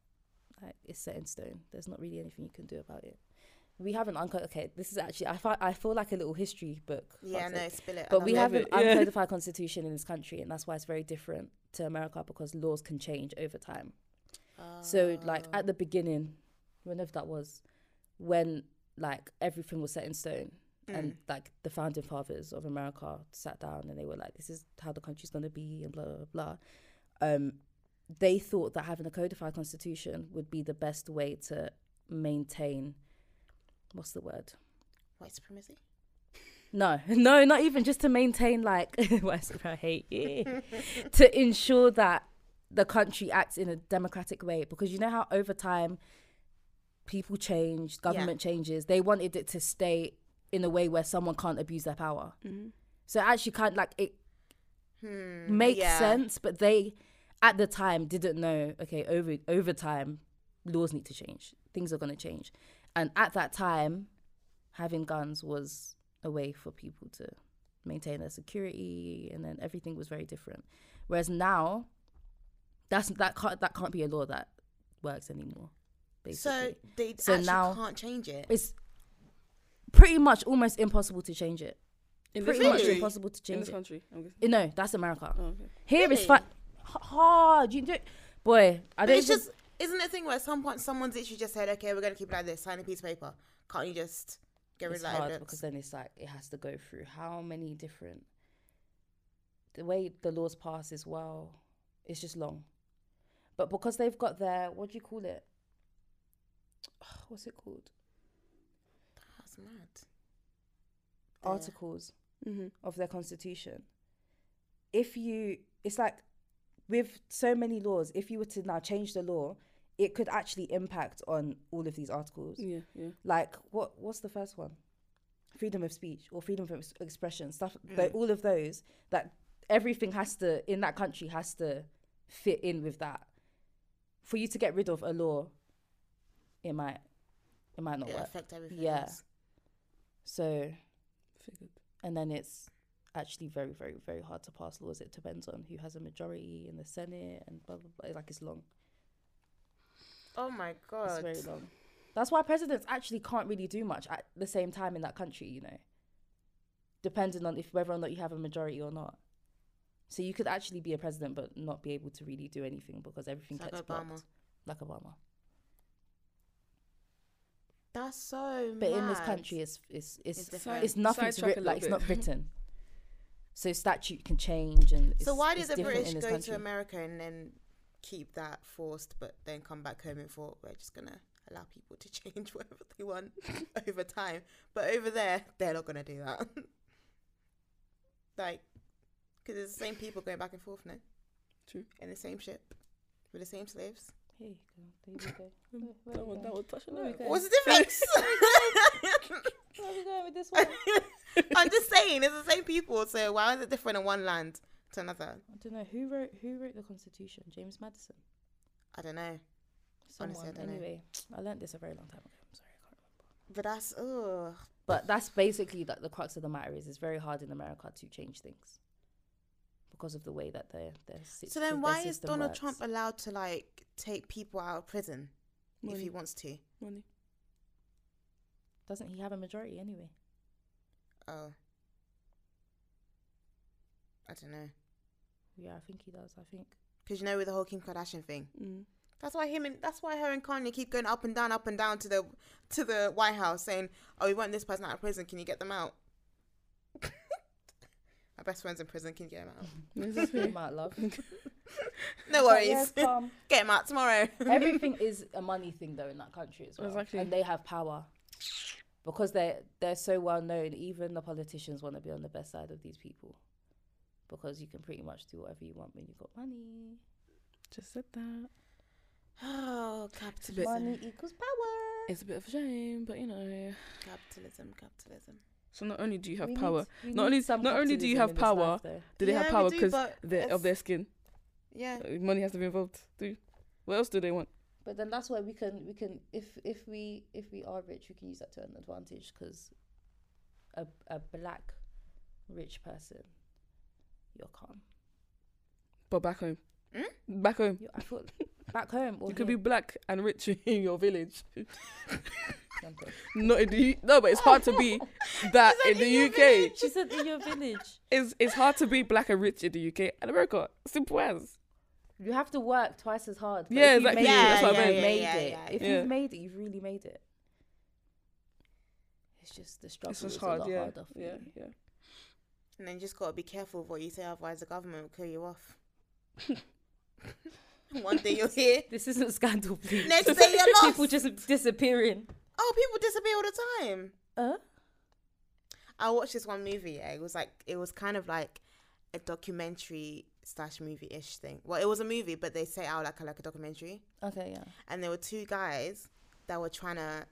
like it's set in stone. There's not really anything you can do about it. We haven't uncodified. Okay, this is actually I fi- I feel like a little history book.
Yeah.
fuck's
No.
sake.
Spill it. I
But
love
we
it. *laughs*
have
it,
an
yeah.
uncodified constitution in this country, and that's why it's very different to America because laws can change over time. So, like
Oh.
at the beginning, whenever that was, when like everything was set in stone,
Hmm, Mm.
and like the founding fathers of America sat down and they were like, "This is how the country's gonna be," and blah blah blah. Um, they thought that having a codified constitution would be the best way to maintain. What's the word?
white supremacy.
No, *laughs* no, not even just to maintain like *laughs* West I hate yeah. to ensure that the country acts in a democratic way because you know how over time people change, government changes. They wanted it to stay in a way where someone can't abuse their power.
Mm-hmm.
So it actually kind of like it
Hmm.
makes
Mm, yeah.
sense, but they at the time didn't know. Okay, over over time, laws need to change. Things are going to change, and at that time, having guns was a way for people to maintain their security, and then everything was very different. Whereas now, that's that can't that can't be a law that works
So
anymore. Basically,
they
So
actually
now-
can't change it.
it's pretty much almost impossible to change it.
In this
Pretty much
country.
impossible to
In
change
this
it.
country. I'm guessing.
Uh, No, that's America.
Oh, okay.
Here it's
Really?
fun. Hard. You do Boy, I
But
don't
it's
even-
just isn't it a thing where at some point someone's literally just said, okay, we're gonna keep it like this, sign a piece of paper. Can't you just get rid
it's
of that
hard
evidence?
because then it's like it has to go through how many different the way the laws pass as well it's just long but because they've got their what do you call it *sighs* what's it called
That's mad. Yeah.
articles
Mm-hmm.
of their constitution if you it's like with so many laws if you were to now change the law it could actually impact on all of these articles
Yeah, yeah.
like what what's the first one freedom of speech or freedom of ex- expression stuff tho- all of those that everything has to in that country has to fit in with that for you to get rid of a law it might it might not
It
work
affect everything.
Yeah.
else.
so
Figured.
and then it's actually very very very hard to pass laws it depends on who has a majority in the senate and blah blah blah like it's long
Oh my
it's
god.
very long that's why presidents actually can't really do much at the same time in that country you know depending on if whether or not you have a majority or not so you could actually be a president but not be able to really do anything because everything
It's like
gets
Obama.
blocked like obama
That's so.
But in this
mad.
country, it's it's it's
It's
it's,
different.
nothing's
Sidetrack a
writ- like it's
little
not
bit.
*laughs*
written. so statute can change and it's,
so why
it's
did the
different
British
in
go
this country.
to America and then keep that forced, but then come back home and thought we're just gonna allow people to *laughs* change whatever they
*laughs*
want over time? But over there, they're not gonna do that. *laughs* like, because it's the same people going back and forth now.
True.
In the same ship with the same slaves.
Here you go. There you go. Where- where
*laughs* That
we
one,
going?
that one touching
Where we
nerve.
going?
What's the
*laughs*
difference? *laughs*
Where we going with this one?
I'm just saying, it's the same people. So why is it different in one land to another?
I don't know who wrote who wrote the Constitution. James Madison.
I don't know.
Someone.
Honestly, I don't know.
anyway, I learnt this a very long time ago. I'm sorry, I can't remember.
But that's oh,
But that's basically that the crux of the matter is it's very hard in America to change things because of the way that their their sy-
So
their
then, why is
system
Donald
works.
Trump allowed to like take people out of prison if he
Money.
wants to?
*laughs* Money.
Doesn't he have a majority anyway?
Oh, I don't know.
Yeah, I think he does. I think
Because you know with the whole Kim Kardashian thing,
Mm.
that's why him and that's why her and Kanye keep going up and down, up and down to the to the White House saying, "Oh, we want this person out of prison. Can you get them out?" *laughs* My best friend's in prison. Can you get him
Oh. *laughs*
out?
pretty much love. *laughs*
No
But
worries.
*laughs* yes, calm.
*laughs* Get him out tomorrow.
Everything is a money thing though in that country as well,
Exactly.
and they have power because they're they're so well known. Even the politicians want to be on the best side of these people because you can pretty much do whatever you want when you've got money.
Just said that.
*laughs* oh,
Money
capitalism.
equals power.
It's a bit of a shame, but you know.
Capitalism. Capitalism.
So not only do you have
We need-
power,
we
not
need
only-
some
not only do you
capitalism
have
in this
power,
life, though.
do they
Yeah,
have
we
power
do,
because
but
of
it's-
their skin?
Yeah.
Uh, Money has to be involved too. What else do they want?
But then that's why we can we can if if we if we are rich, we can use that to an advantage because a a black rich person, you're calm.
But back home,
Hmm?
back home,
You, I
*laughs*
thought back home. Or
you could be black and rich *laughs* in your village.
something.
Not in the U- no, but it's hard
*laughs*
to be that in the UK.
She said in your village.
It's it's hard to be black and rich in the UK and America. Simple as.
You have to work twice as hard. but
Yeah,
if you've
exactly.
made it,
That's what I
you've
meant.
made
Yeah,
it.
yeah,
If
yeah.
you've made it, you've really made it. It's just the struggle
It's just
is
hard.
a lot
Yeah,
harder for
yeah,
you.
yeah.
And then you just got to be careful of what you say, otherwise the government will kill you
*laughs*
off. One day you're here,
This isn't scandal, please.
next day you're lost.
*laughs* People just disappearing.
oh, people disappear all the time.
Uh?
I watched this one movie. Yeah. It was like it was kind of like a documentary slash movie ish thing. Well, it was a movie, but they say out like a, like a documentary.
Okay, yeah.
And there were two guys that were trying to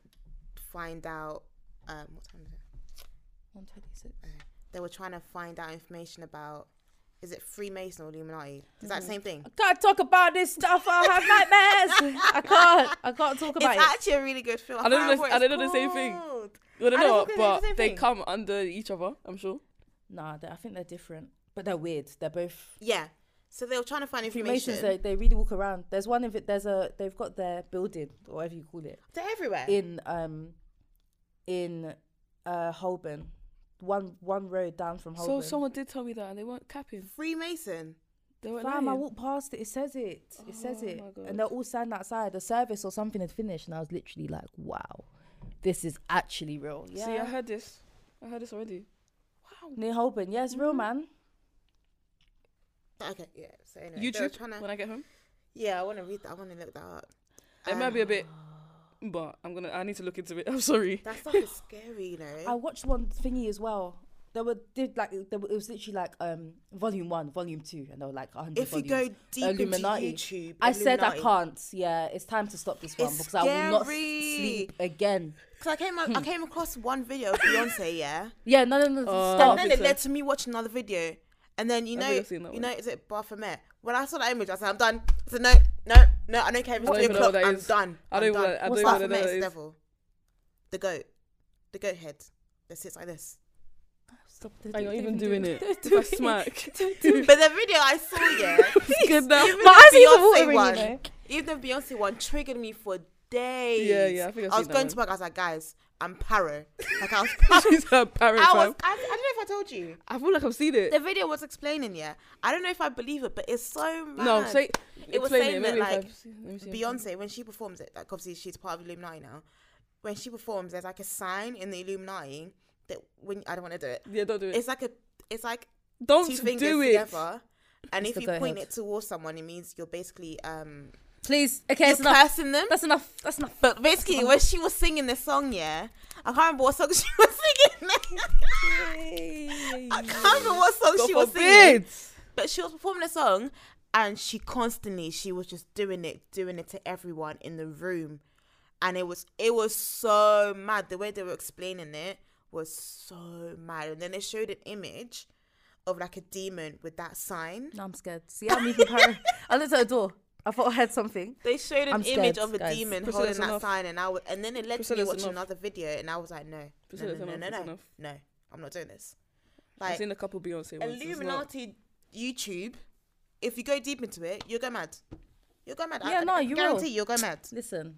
find out. Um, what time is it?
126.
They were trying to find out information about. Is it Freemason or Illuminati? Is
Mm-hmm.
that the same thing?
I can't talk about this stuff. I'll have
*laughs*
nightmares. I can't. I can't talk about
it's
it.
actually a really good film.
I
can't
don't know
remember
the-
what
I don't know
it's
the same thing.
called.
Well, I
I don't
don't know,
think they do the
but
same
they
thing.
come under each other. I'm sure.
Nah, they- I think they're different, but they're weird. They're both
Yeah. So they were trying to find information.
Freemasons. They, they really walk around. There's one of it. There's a. They've got their building or whatever you call it
They're everywhere.
in um in uh Holborn. One one road down from
So
Holborn.
someone did tell me that, and they weren't capping.
Freemason.
They weren't
Fam, I
lying.
walked past it. It says it. It says
Oh
it.
my God.
And they're all standing outside. The service or something had finished, and I was literally like, "Wow, this is actually real." Yeah.
See, I heard this. I heard this already. Wow.
Near Holborn. Yeah, it's
Mm-hmm.
real, man.
Okay, yeah. So anyway, they were
YouTube.
trying to,
When I get home,
yeah, I want to read that. I want to look that up.
it might be a bit, but I'm gonna. I need to look into it. *laughs* I'm sorry.
Um, That stuff is scary, you
I
know.
watched one thingy as well. They were did like they were, it was literally like um volume one, volume two, and they were like hundred.
If you go deep into YouTube,
I said I
Illuminati.
can't. Yeah, it's time to stop this one
It's
because I will not s-
scary.
sleep again.
Because I came,
Hmm.
I came across one video of Beyonce,
*laughs*
yeah,
Yeah, no, no, no,
Oh,
stop.
and then
think
it
so.
led to me watching another video, and then you
I
know,
think I've seen that
you
one.
know, is it Baphomet? When I saw that image, I said, I'm done. I said, no, no, no, I don't care if it's
I don't
three
even know what
o'clock.
that
I'm
is.
done.
I don't
I'm
even-
done.
I don't even know what
Baphomet
that
is the
is.
devil, the goat, the goat head that sits like this.
Stop. Don't-
Are you
don't
even
*laughs*
doing it?
Don't do
If I
it.
smack.
Don't do
*laughs*
it.
But the video I saw, yeah,
It's good now.
even
My
the
eyes are
Beyonce
watering, you
one,
know.
even the Beyonce one triggered me for days.
Yeah, yeah, I think I've
I
seen
was
that
going
one.
to work. I was like, guys, I'm paro. Like
*laughs*
I was, paro.
She's a parent.
I
fam.
was. I, I don't know if I told you.
I feel like I've seen it.
The video was explaining. Yeah, I don't know if I believe it, but it's so mad.
No, say
It was
explain
saying that,
Maybe if
like,
I've seen- let me see if I've seen it.
Beyonce when she performs it. Like obviously she's part of Illuminati now. when she performs, there's like a sign in the Illuminati that when I don't want to do it.
Yeah, don't do it.
It's like a it's like
don't
two fingers
do it.
together, and
It's
if
the
you
go
point
ahead.
it towards someone, it means you're basically um
Please. Okay, it's
you're
enough.
cursing them.
That's enough. That's enough.
But basically, when she was singing this song, yeah, I can't remember what song *laughs* she was *laughs* singing. I can't remember what song
God
she was singing,
forbid.
but she was performing a song, and she constantly she was just doing it, doing it to everyone in the room, and it was it was so mad. The way they were explaining it was so mad, and then they showed an image of like a demon with that sign.
No, I'm scared. See, I'm even *laughs* paranoid. I looked at the door. I thought I heard something.
They showed an
I'm scared,
image of a
guys.
demon
Priscilla,
holding
it's
that
enough.
sign, and I was, and then it led
Priscilla,
to
it's
me watching
enough.
another video, and I was like, no, no,
Priscilla,
no,
it's
no, no,
enough, it's
no,
enough.
no, I'm not doing this.
I've
Like
seen a couple Beyonce ones. it's not-
Illuminati YouTube, if you go deep into it, you'll go mad. You'll go mad. I-
Yeah,
I
no, you will.
guarantee you'll go mad.
Listen,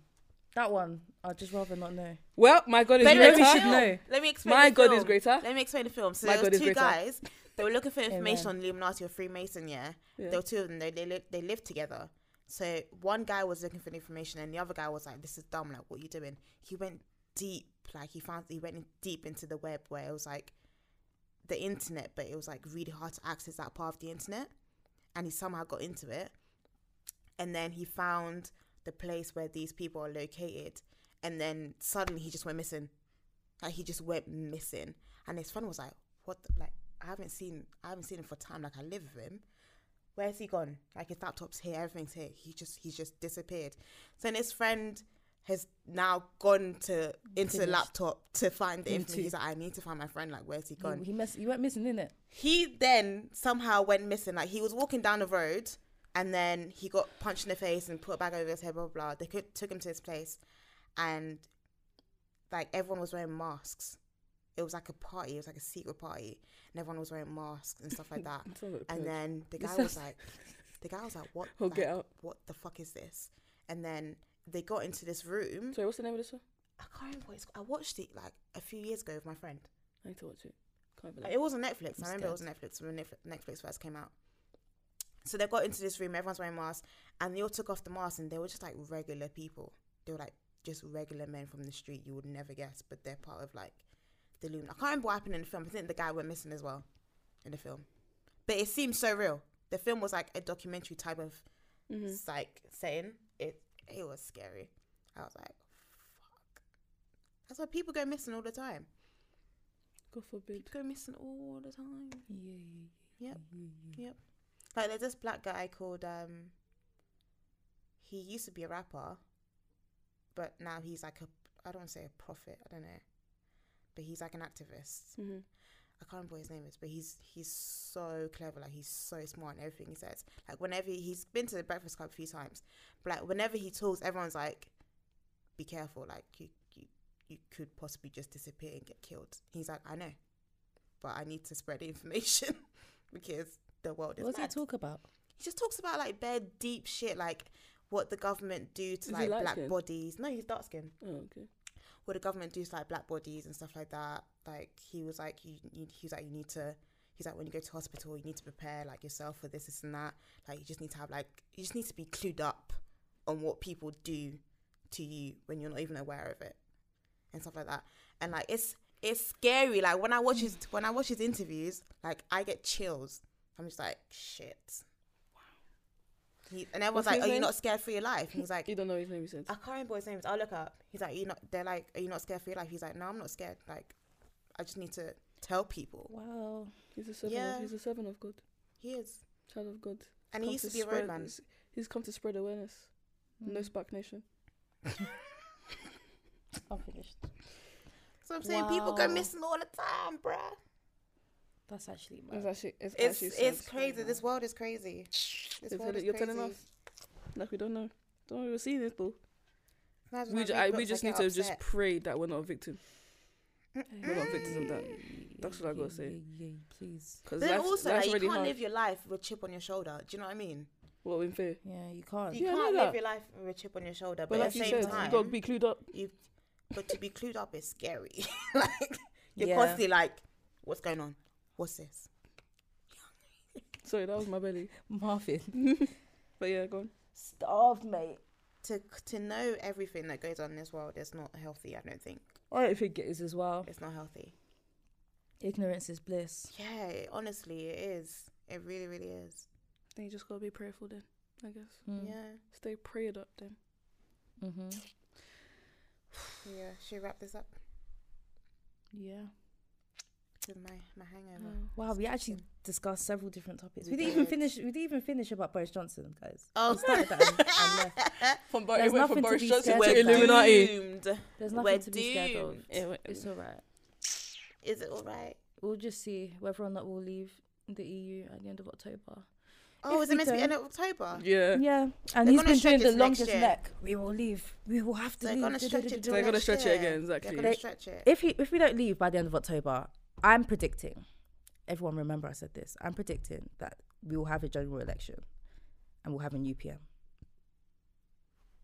that one, I'd just rather not know.
Well, my God is
But
know
let
we
me-
should
greater.
know.
Let me explain.
My
the
God is
film.
greater.
Let me explain the film. So
My
there was
God is
two
greater.
guys. They were looking for information
Amen.
on Illuminati or Freemason. Yeah,
Yeah.
there were two of them. They they, li- they lived together. So one guy was looking for the information, and the other guy was like, "This is dumb. Like, what you doing?" He went deep. Like he found he went in deep into the web where it was like the internet, but it was like really hard to access that part of the internet. And he somehow got into it, and then he found the place where these people are located, and then suddenly he just went missing. Like he just went missing, and his friend was like, "What? The, like I haven't seen, I haven't seen him for time. Like I live with him. Where's he gone? Like his laptop's here, everything's here. He just, he's just disappeared." So then his friend has now gone to into the
Finished.
laptop to find the
Me
information.
too.
He's like, "I need to find my friend. Like where's he gone?"
He, he mess. You went missing, innit?
he then somehow went missing. Like he was walking down the road, and then he got punched in the face and put a bag over his head. Blah blah. blah. They could, took him to his place, and like everyone was wearing masks. It was like a party. It was like a secret party, and everyone was wearing masks and stuff like
*laughs*
that.
Sounds like a
and
purge.
then the
This
guy was
sounds-
like, the guy was like, what?
Oh,
like,
get out.
What the fuck is this? And then they got into this room.
Sorry, what's the name of this one?
I can't remember what it's. I watched it like a few years ago with my friend.
I need to watch it. Can't
Like,
believe
it was on Netflix.
I'm
I remember it was on Netflix when Netf- Netflix first came out. So they got into this room, everyone's wearing masks, and they all took off the masks, and they were just like regular people. They were like just regular men from the street. You would never guess, but they're part of like the loom. I can't remember what happened in the film. I think the guy went missing as well in the film, but it seemed so real. The film was like a documentary type of
Mhm.
psych setting. It it was scary. I was like, fuck. That's why people go missing all the time.
God forbid.
People go missing all the time.
Yeah,
Yep. Like there's this black guy called um he used to be a rapper, but now he's like a I don't want to say a prophet, I don't know. But he's like an
Hmm.
activist.
Mhm.
I can't remember what his name is, but he's he's so clever, like he's so smart in everything he says. Like whenever he's been to the Breakfast Club a few times, but like whenever he talks, everyone's like, Be careful, like you you, you could possibly just disappear and get killed. He's like, I know. But I need to spread the *laughs* information because the world is
What does he
mad
talk about?
he just talks about like bare deep shit like what the government do to
he
like black
light-skinned?
bodies no he's dark skinned
Oh, okay.
what the government do to like black bodies and stuff like that like he was like you, you he was like you need to he's like when you go to hospital you need to prepare like yourself for this this and that like you just need to have like you just need to be clued up on what people do to you when you're not even aware of it and stuff like that and like it's it's scary like when i watch his when i watch his interviews like i get chills i'm just like shit he, and everyone's
What's
like
his
are you
name?
not scared for your life and he's like uh,
You don't know his name, you said.
I can't remember what his name is. I'll look up. He's like, you not. They're like, are you not scared for your life? He's like, no, I'm not scared. Like, I just need to tell people.
Wow.
He's a servant.
Yeah.
Of, he's a servant of God.
He is,
Child of God.
and he
Come
used to be a Mm.
spread-
*laughs* roadman.
he's- He's come to spread awareness.
Hmm.
No Spark Nation.
I'm finished.
So I'm saying people go
Wow.
missing all the time, bruh.
That's actually mad.
It's actually, it's,
It's
actually sad.
it's crazy. This world is crazy. This world
You're telling-
is
you're
crazy.
telling us? Like, we don't know. Don't know, we're seeing this, bro.
Sometimes when
We,
I
ju-
read
I, we
books, I
just
get
need to just
upset.
pray that we're not a victim. We're not victims of that.
Yeah,
That's what I gotta say.
Yeah, yeah, please.
Because
But then
that's,
also,
that's
like, you
already
can't
hard.
live your life with a chip on your shoulder. Do you know what I mean?
Well, in fear.
Yeah, you can't.
You
Yeah, I know
can't
that.
live your life with a chip on your shoulder, but,
But
at
like
the
you
same
said,
time,
you got to be clued up.
you but to be clued up is scary *laughs* like you're
Yeah.
constantly like what's going on what's this
Sorry, that was my belly.
*laughs* Marvin.
But yeah, go on.
Starved, mate.
to to know everything that goes on in this world is not healthy. I don't think
I don't think it is as well.
it's not healthy.
Ignorance is bliss.
Yeah, it- honestly, it is. It really, really is.
Then you just gotta be prayerful then, I guess.
Mm.
Yeah,
Stay prayed up then.
Hmm. Mm-hmm.
yeah. Should we wrap this up
Yeah.
with my my hangover?
Mm.
Um,
Wow, we actually discussed several different topics. We didn't even finish. We didn't even finish about Boris Johnson, guys.
Oh,
We started that and, and left.
*laughs*
From
There's
Boris, went
nothing to
from Boris
be
Johnson
scared
to
of.
Illuminati.
Doomed.
There's nothing
We're
to be scared of.
doomed.
It-
It's all right.
Is it all right?
We'll just see whether or not we'll leave the EU at the end of October.
Oh,
If
is it
we
meant to be
don't-
end of October?
Yeah.
Yeah, and
They're
he's
gonna
been
stretch
doing the
it next
longest
year.
neck. We will leave. We will have to
They're
leave.
gonna stretch it. till
They're gonna
next
stretch it
year.
again, exactly.
They're gonna
They-
stretch it.
If he, if we don't leave by the end of October, I'm predicting. Everyone, remember I said this. I'm predicting that we will have a general election, and we'll have a new PM,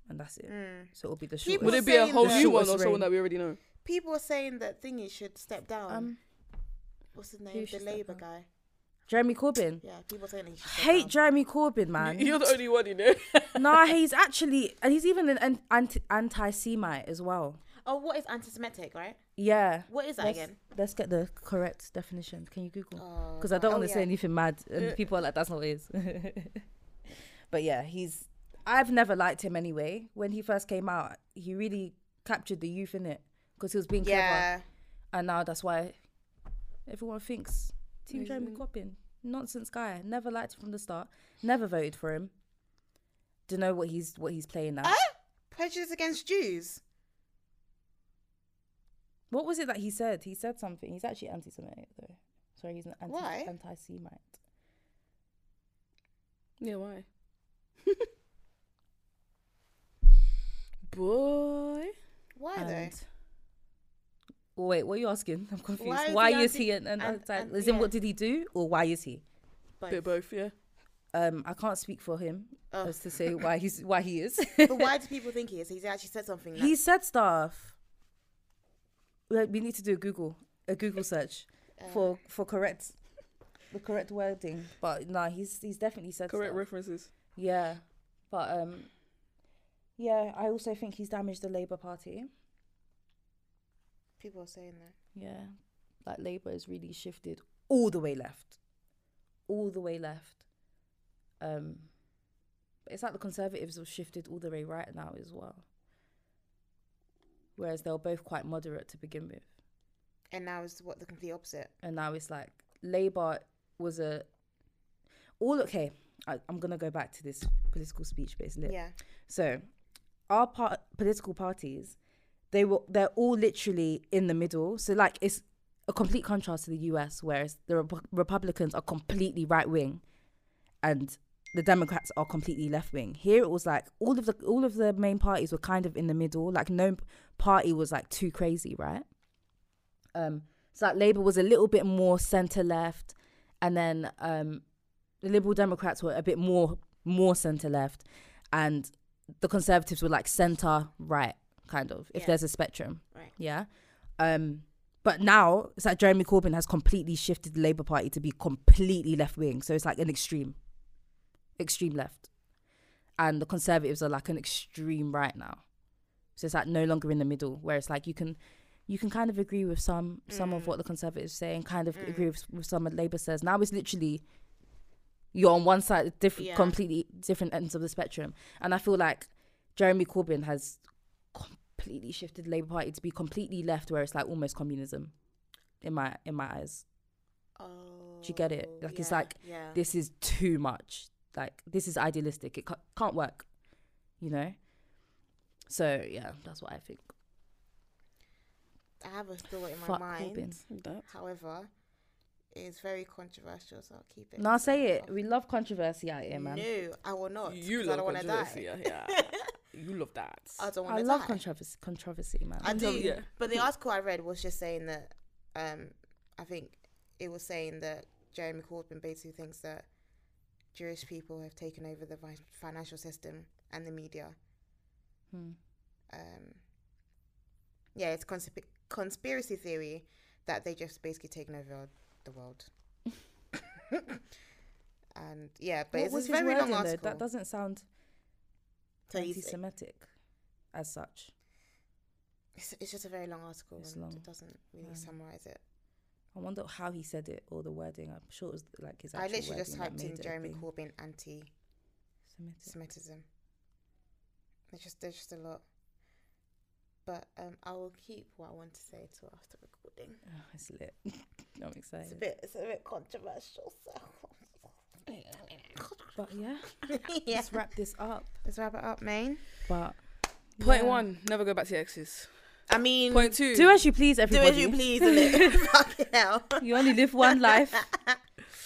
and that's it.
Mm.
So it'll be the
Keep
shortest.
Would it be a
saying
whole
that-
new one or
Shortest
someone
reign.
that we already know?
People are saying that thingy should step down.
Um,
What's his
who
name? The
should step
Labour
down?
guy.
Jeremy Corbyn.
Yeah, people are saying that he should step
Hate
down.
Jeremy Corbyn,
*laughs*
man.
You're the only one, you know.
nah, he's actually, and he's even an anti anti Semite as well.
oh, what is anti-Semitic, right?
Yeah.
What is that
Let's,
again?
let's get the correct definition. Can you Google?
Oh,
Because I don't
oh,
want to say
yeah. Uh,
anything mad, and
Yeah.
people are like, "That's not what it is." *laughs* but yeah, he's. I've never liked him anyway. When he first came out, he really captured the youth in it because he was being clever,
Yeah,
and now that's why everyone thinks Team Jeremy
Amazing.
Corbyn nonsense guy. Never liked him from the start. Never voted for him. Do you know what he's what he's playing
Uh?
now?
prejudice against Jews.
What was it that he said? He said something. He's actually anti-Semitic though. Sorry, he's an anti-
Why?
anti-Semite.
*laughs* Yeah, why? *laughs* Boy.
Why
And- Oh, wait, what are you asking? *laughs* I'm confused.
Why
Why
is
is,
he anti-
he an, an
an-
anti?
an-
Is in
yeah.
what did he do, or why is he?
though?
Bit of both, yeah.
Um, I can't speak for him
Oh.
as to say why he's why he is. *laughs*
But why do people think he is? He's actually said something. That,
he said stuff. Like, we need to do a Google a Google search
Uh.
for for correct the correct wording. But no, he's he's definitely said
Correct
stuff.
references.
Yeah, but um, yeah, I also think he's damaged the Labour Party.
uh, people are saying that.
Yeah, like Labour has really shifted all the way left, all the way left. Um, but it's like the Conservatives have shifted all the way right now as well. Whereas they were both quite moderate to begin with,
And now is what the complete opposite.
and now it's like Labour was a all okay. I, I'm gonna go back to this political speech, but it's lit.
Yeah.
So, our part, political parties, they were they're all literally in the middle. So like it's a complete contrast to the U.S., whereas the Rep- Republicans are completely right wing, and the Democrats are completely left wing. Here it was like all of the all of the main parties were kind of in the middle. Like no party was like too crazy, right? Um, so like Labour was a little bit more centre left, and then um, the Liberal Democrats were a bit more more centre left, and the Conservatives were like centre right, kind of. If
Yeah.
there's a spectrum,
Right.
Yeah. Um, but now it's like Jeremy Corbyn has completely shifted the Labour Party to be completely left wing. So it's like an extreme, extreme left, and the Conservatives are like an extreme right now. So it's like no longer in the middle, where it's like you can, you can kind of agree with some some of what the Conservatives say and kind of agree with, with some of Labour says. Now it's literally you're on one side, different,
Yeah.
completely different ends of the spectrum, and I feel like Jeremy Corbyn has completely shifted the Labour Party to be completely left, where it's like almost communism, in my in my eyes.
Oh.
you get it? Like, it's
yeah,
like
yeah.
This is too much. Like this is idealistic. It ca- can't work, you know. So yeah, that's what I think.
I have a thought in my
Fuck
mind.
Corbyn.
That.
However, it's very controversial, so I'll keep it.
No, say it. We love controversy out here, man.
No, I will not.
You
'cause I
love
don't want to
controversy.
die.
Yeah, yeah. You love that.
*laughs* I don't want
I
to die.
love controversy. Controversy, man.
I do.
Controversy, yeah.
But the article I read was just saying that, um, I think it was saying that Jeremy Corbyn basically thinks that Jewish people have taken over the vi- financial system and the media.
Hmm.
Um, yeah, it's consp- conspiracy theory that they just basically taken over the world. *laughs* and yeah, but
What
it's
was
a
his
very long
wording, though?
article.
That doesn't sound.
So you think-
anti-Semitic, as such.
it's, it's just a very long article
It's
and
long. Um,
it doesn't really
Yeah.
summarize it.
I wonder how he said it or the wording. I'm sure it was like his.
I
actual
literally just
wording that
typed in
made it a
Jeremy
thing.
Corbyn anti
Semitic.
Semitism. There's just there's just a lot. But um, I will keep what I want to say till after recording.
Oh, it's lit. *laughs* I'm
It's a
excited.
bit it's a bit controversial,
*laughs*
so
But yeah,
*laughs* yeah.
let's wrap this up.
Let's wrap it up, main.
But
Point
yeah.
one, never go back to your exes.
I mean,
Point two,
Do as you please,
do
everybody.
as you please, innit?
*laughs*
Fucking hell.
You only live one life.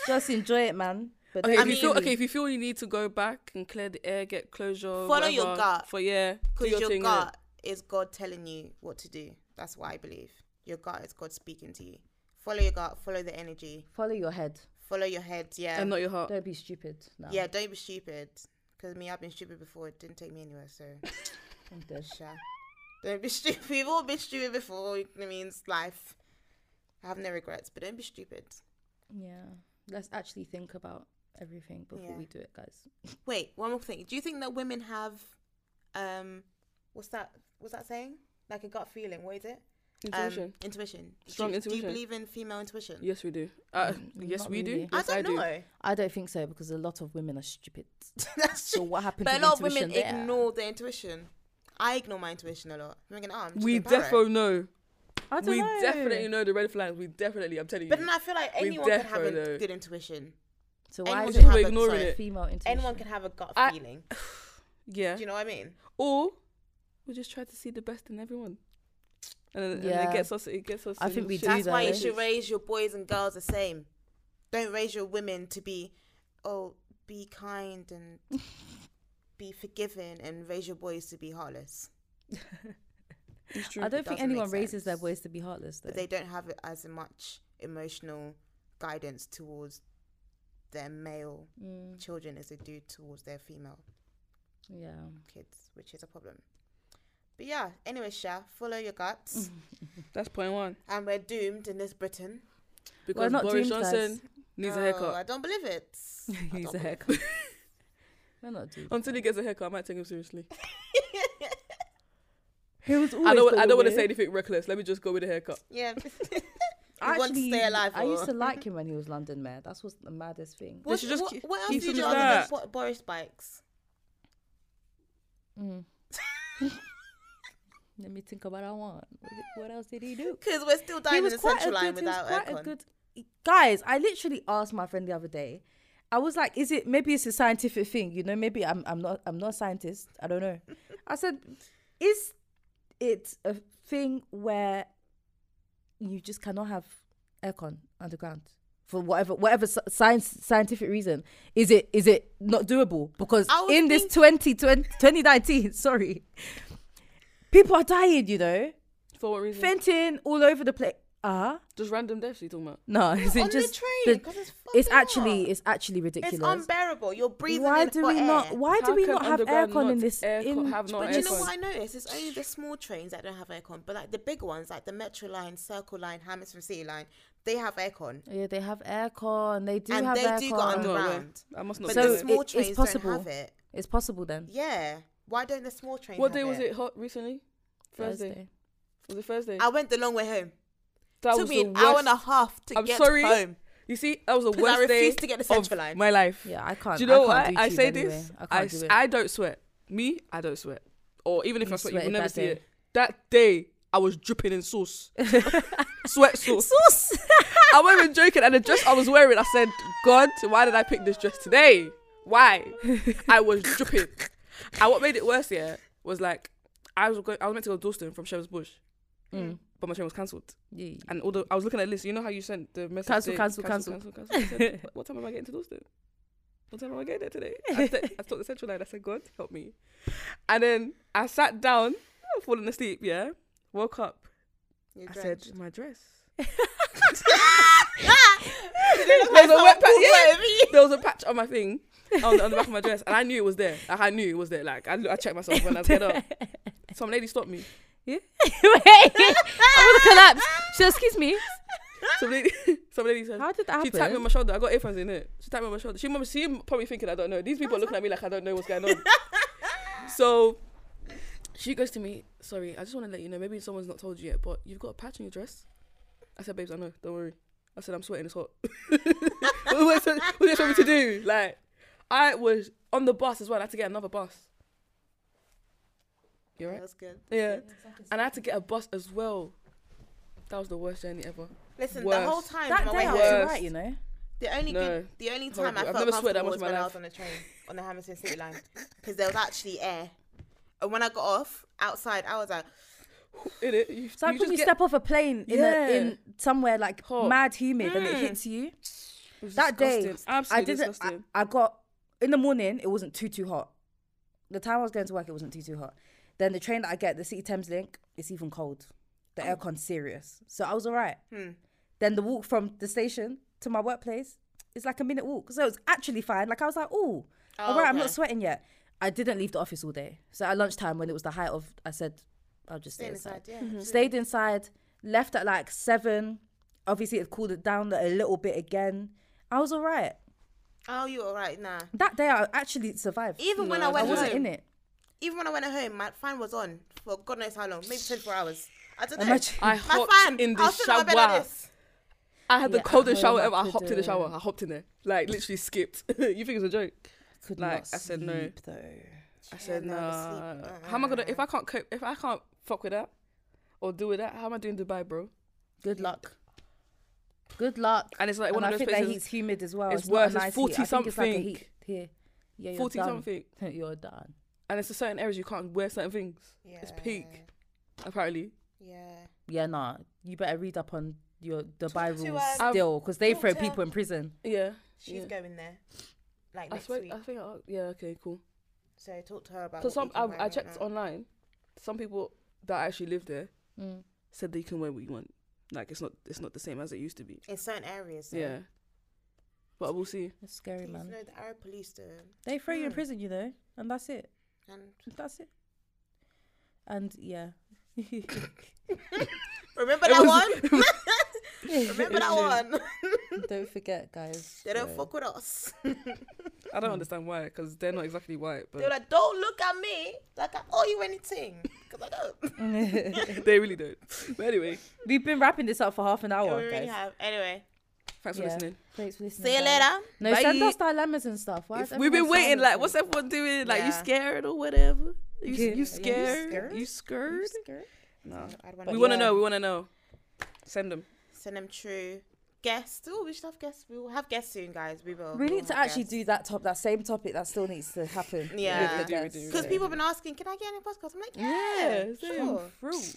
Just enjoy it, man. But
Okay,
I
if you
mean-
feel okay, if you feel you need to go back and clear the air, get closure.
Follow your
whatever,
gut.
For yeah, do
Because your
thing, innit?
gut is God telling you what to do. That's what I believe. Your gut is God speaking to you. Follow your gut. Follow the energy.
follow your head.
Follow your head. Yeah.
and not your heart.
Don't be stupid. No,
yeah. Don't be stupid. Because me, I've been stupid before. It didn't take me anywhere. So,
I'm dead.
sure. Don't be *laughs* stupid. We've all been stupid before. It means life. I have no regrets, but don't be stupid.
Yeah, let's actually think about everything before
Yeah.
we do it, guys.
Wait, one more thing. Do you think that women have, um, what's that? What's that saying? Like a gut feeling. What is it?
Intuition.
Um, intuition.
Strong
do, Do
intuition.
you believe in female intuition?
yes, we do. Uh,
Mm,
yes,
not
we do.
really.
Yes,
I don't
do.
know. *laughs*
I don't think so because a lot of women are stupid.
That's
So
true.
what happened?
But a
to
lot of
intuition
women
there?
ignore their intuition. I ignore my intuition a lot. I'm thinking, oh, I'm just
We
a parrot.
defo know.
I don't
We
know.
definitely know the red flags. We definitely. I'm telling
But
you.
then I feel like
We
anyone can have a
defo know.
good intuition.
So why
Anyone
is
can
it
have a-
ignoring
sorry.
it? Female intuition.
Anyone can have a gut
I-
feeling.
yeah.
Do you know what I mean?
Or we just try to see the best in everyone. And, then- and
Yeah.
it gets us. It gets us.
I
in
think we
shit.
do
That's why you
though.
should raise your boys and girls the same. Don't raise your women to be, oh, be kind and
*laughs*
be forgiving, and raise your boys to be heartless.
*laughs*
It's true.
I don't think
doesn't make
anyone raises their
sense.
voice to be heartless though.
But they don't have as much emotional guidance towards their male
Mm,
children as they do towards their female
yeah.
kids, which is a problem. But yeah, anyway, Sha, follow your
*laughs*
guts.
That's point one.
and we're doomed in this Britain.
Because
not
Boris
doomed, guys.
Johnson needs a
Oh,
haircut.
I don't believe
*laughs*
it. I don't
*laughs* He's a
believe
haircut. We're not doing.
Until he gets a haircut, I might take him seriously.
it.
He was
I don't. I don't want to say anything reckless. Let me just go with a haircut.
yeah.
I
You want to
actually,
stay alive,
I used to
or- *laughs*
like him when he was London mayor. That's what's the maddest thing.
What,
should just
what,
keep-
what else
keep
do you
him
do
as
other
that.
than Bo- Boris
*laughs*
bikes?
Mm. Let me think about what I want. What- What else did he do?
Because we're still
he
dying in
was
the
quite a
central
good.
line
he was
without
quite a
aircon.
good. Guys, I literally asked my friend the other day. I was like, "Is it maybe it's a scientific thing? You know, maybe I'm I'm not I'm not a scientist. I
*laughs*
don't know." I said, "Is it a thing where you just cannot have aircon underground for whatever whatever sci- science scientific reason? Is it is it not doable? Because
I was
in this 20, 2019, *laughs* sorry, people are dying. You know,
For what reason?
Fenton all over the place. Ah.
just random deaths you talking about?
No, *laughs* is
on
it
the
just
train, 'cause it's
it's
fucking
actually
hot.
it's actually
It's
ridiculous.
unbearable. You're breathing
why
in
do
hot
we
air.
not? Why do
How
we
can
not have
underground
aircon in
not
this?
aircon-
in,
have not
But do you know
aircon?
what I noticed? It's only the small trains that don't have aircon, but like the big ones, like the Metro line, Circle line, Hammersmith City line, they have aircon.
yeah, they have aircon. They do
And
have
they
aircon.
do got
I'm not aware.
Underground.
I must not.
But
be
So
the
aware.
it-
small
it's
trains
possible.
don't have it.
it's possible then.
Yeah. Why don't the small trains?
what
have
day was it hot recently? Thursday.
Thursday.
Was it Thursday?
I went the long way home.
that
Took
was
me
the
an hour and a
worst-
half to
I'm
get
sorry.
home.
You see, that was the
'Cause I
worst day
refused to get the central
of
line.
my life.
Yeah, I can't.
Do you know
I
why
can't do
I
tube
say
anyway.
this?
I can't
I,
do
s-
it.
I don't sweat. Me, I don't sweat. Or even if
You
I sweat, you will
sweated
never
that
see
day.
it. That day, I was dripping in sauce,
*laughs*
sweat sauce.
Sauce.
*laughs* I wasn't even joking. And the dress I was wearing, I said, God, why did I pick this dress today? Why? I was dripping. And what made it worse, yeah, was like I was going, I was meant to go to Dalston from Shepherd's Bush,
Mm.
but my train was cancelled.
Yeah.
*laughs* And all the, I was looking at the list. You know how you sent the message?
Cancel,
saying,
cancel,
cancel, cancel. I said, "What- what time am I getting to Dalston? What time am I getting there today? I, said, I took the central line. I said, God, help me. And then I sat down, falling asleep. Yeah, woke up.
You're
I
drenched.
said, my dress.
Like
There's a wet
someone
patch.
pulled
yeah.
over you.
There was a patch on my thing, on, on the back of my dress, and I knew it was there. Like I knew it was there. Like I, I checked myself when I was getting up. Some lady stopped me.
*laughs* Wait, I'm gonna collapse. So excuse me.
Some lady, *laughs* some lady said,
How did that
She tapped me on
happen?
my shoulder. I got earphones *laughs* in it. She tapped me on my shoulder. She, must- she probably thinking I don't know. These people are looking at me like I don't know what's going on. so she goes to me, sorry, I just want to let you know, maybe someone's not told you yet, but you've got a patch on your dress. I said, babes, I know, don't worry. I said, I'm sweating, it's hot. *laughs* what do you expect me to do? Like, I was on the bus as well, I had to get another bus. You're right?
That was good.
Yeah. And I had to get a bus as well. That was the worst journey ever.
Listen,
Worse.
the whole time
That
on
day
my way
I was
home,
Worst.
alright, you know.
the only good,
No.
the only
Horrible.
time I
I've
felt
never sweated
comfortable
that much
was
in my
when I
life.
was on the train on the Hammersmith City line because there was actually air, and when I got off outside, I was like,
In it, you,
So
you
like when
just
you
get-
step off a plane in
Yeah.
a, in somewhere like
Hot.
mad humid and it hits you.
it was
That day,
disgusting. absolutely
I didn't. I,
disgusting.
I got in the morning. It wasn't too too hot. The time I was going to work, it wasn't too too hot. Then the train that I get, the City Thames Link, it's even cold. The
Oh.
aircon's serious, so I was alright.
Hmm.
Then the walk from the station to my workplace is like a minute walk, so it's actually fine. Like I was like, oh, alright, I'm
okay.
not sweating yet. I didn't leave the office all day. So at lunchtime, when it was the height of, I said, I'll just stay
"Stay
inside
inside, yeah."
stayed inside, left at like seven. Obviously, it cooled it down a little bit again. I was all right.
Oh, you all right? Nah.
That day, I actually survived.
Even when
No,
I
I
went
I wasn't
home,
in it.
even when I went home, my fan was on for God knows how long, maybe 24 hours. I don't know.
Imagine.
I
my
hopped
fan
in the
I was sitting on my bed
shower.
like this.
I had the
Yeah, at
coldest
home
shower
I
ever. I
could,
hopped in the shower.
uh,
I hopped in there. Like literally skipped. *laughs* you think it's a joke?
Could
like,
not
I said no.
sleep, Though.
I said
no,
nah.
the sleep,
How am I gonna if I can't cope if I can't fuck with that or do with that? How am I doing Dubai, bro?
Good luck. Good luck.
And it's like one
and I
of those
think
places.
the heat's humid as well.
it's
not a
worse, it's
nice heat.
40
I think it's like a
something.
heat here. Yeah, you're
40
done.
something.
*laughs* You're done.
And it's a certain areas you can't wear certain things.
yeah.
It's peak, apparently.
Yeah.
Yeah, nah. You better read up on your Dubai
to,
rules
um,
still, because they
talk
throw
to-
people in prison.
Yeah.
She's
yeah.
going there. Like
I
next
swear,
week.
I think I, yeah, okay, cool.
so talk to her about
Because
what you can
some I,
wear
I
and
checked
whatnot.
online, some people that actually live there
Mm.
said that you can wear what you want. Like it's not it's not the same as it used to be.
in certain areas. though.
Yeah. But we'll see.
It's scary,
Please
man.
know the Arab police do.
They throw you in
Mm.
prison, you know, and that's it.
And
That's it. And yeah. *laughs*
remember
It
that
was-
one? *laughs* remember that
Literally.
one?
*laughs*
*laughs*
don't forget, guys.
They don't
yeah.
fuck with us. *laughs*
I don't understand why, because they're not exactly white,
They're
but
like, don't look at me like I owe you anything. *laughs* Cause I don't.
*laughs* they really don't. But anyway,
We've been wrapping this up for half an
we
hour,
already
guys.
have. Anyway,
thanks for
Yeah.
listening.
Thanks for listening.
see you
guys.
later.
Oh, No, send
Bye.
us dilemmas and stuff. Why
If
is
we've been
everyone
waiting,
silent
like,
for
what's
it?
everyone doing? Like, you
Yeah.
scared or whatever? You,
Yeah. Are you
you scared?
scared?
You scared?
Skirt?
No.
I'd wanna
But
We
know.
want to
yeah.
know. We want to know. Send them.
Send them true guests. Oh, we should have guests. We will have guests soon, guys. We will.
We need to actually do that top, that same topic that still needs to happen.
Yeah.
with the
We do, we do, we
guests.
do.
Because
Yeah.
people have been asking, can I get any podcast? I'm like, yeah,
Yeah, same.
sure.
Fruit.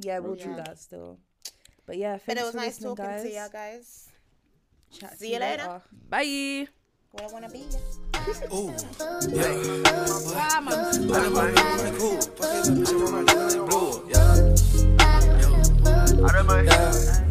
Yeah, we'll do
Yeah.
that still. But yeah,
But
thanks
it was
for
nice
listening,
talking
guys.
to you guys.
Chat to
See you later.
Bye.
Where I want to be. Yeah.
Ooh, yeah. I done my hands like cool. Fuck it, bitch, I'm on my dick like blue. Yeah. Yo. I done my hands.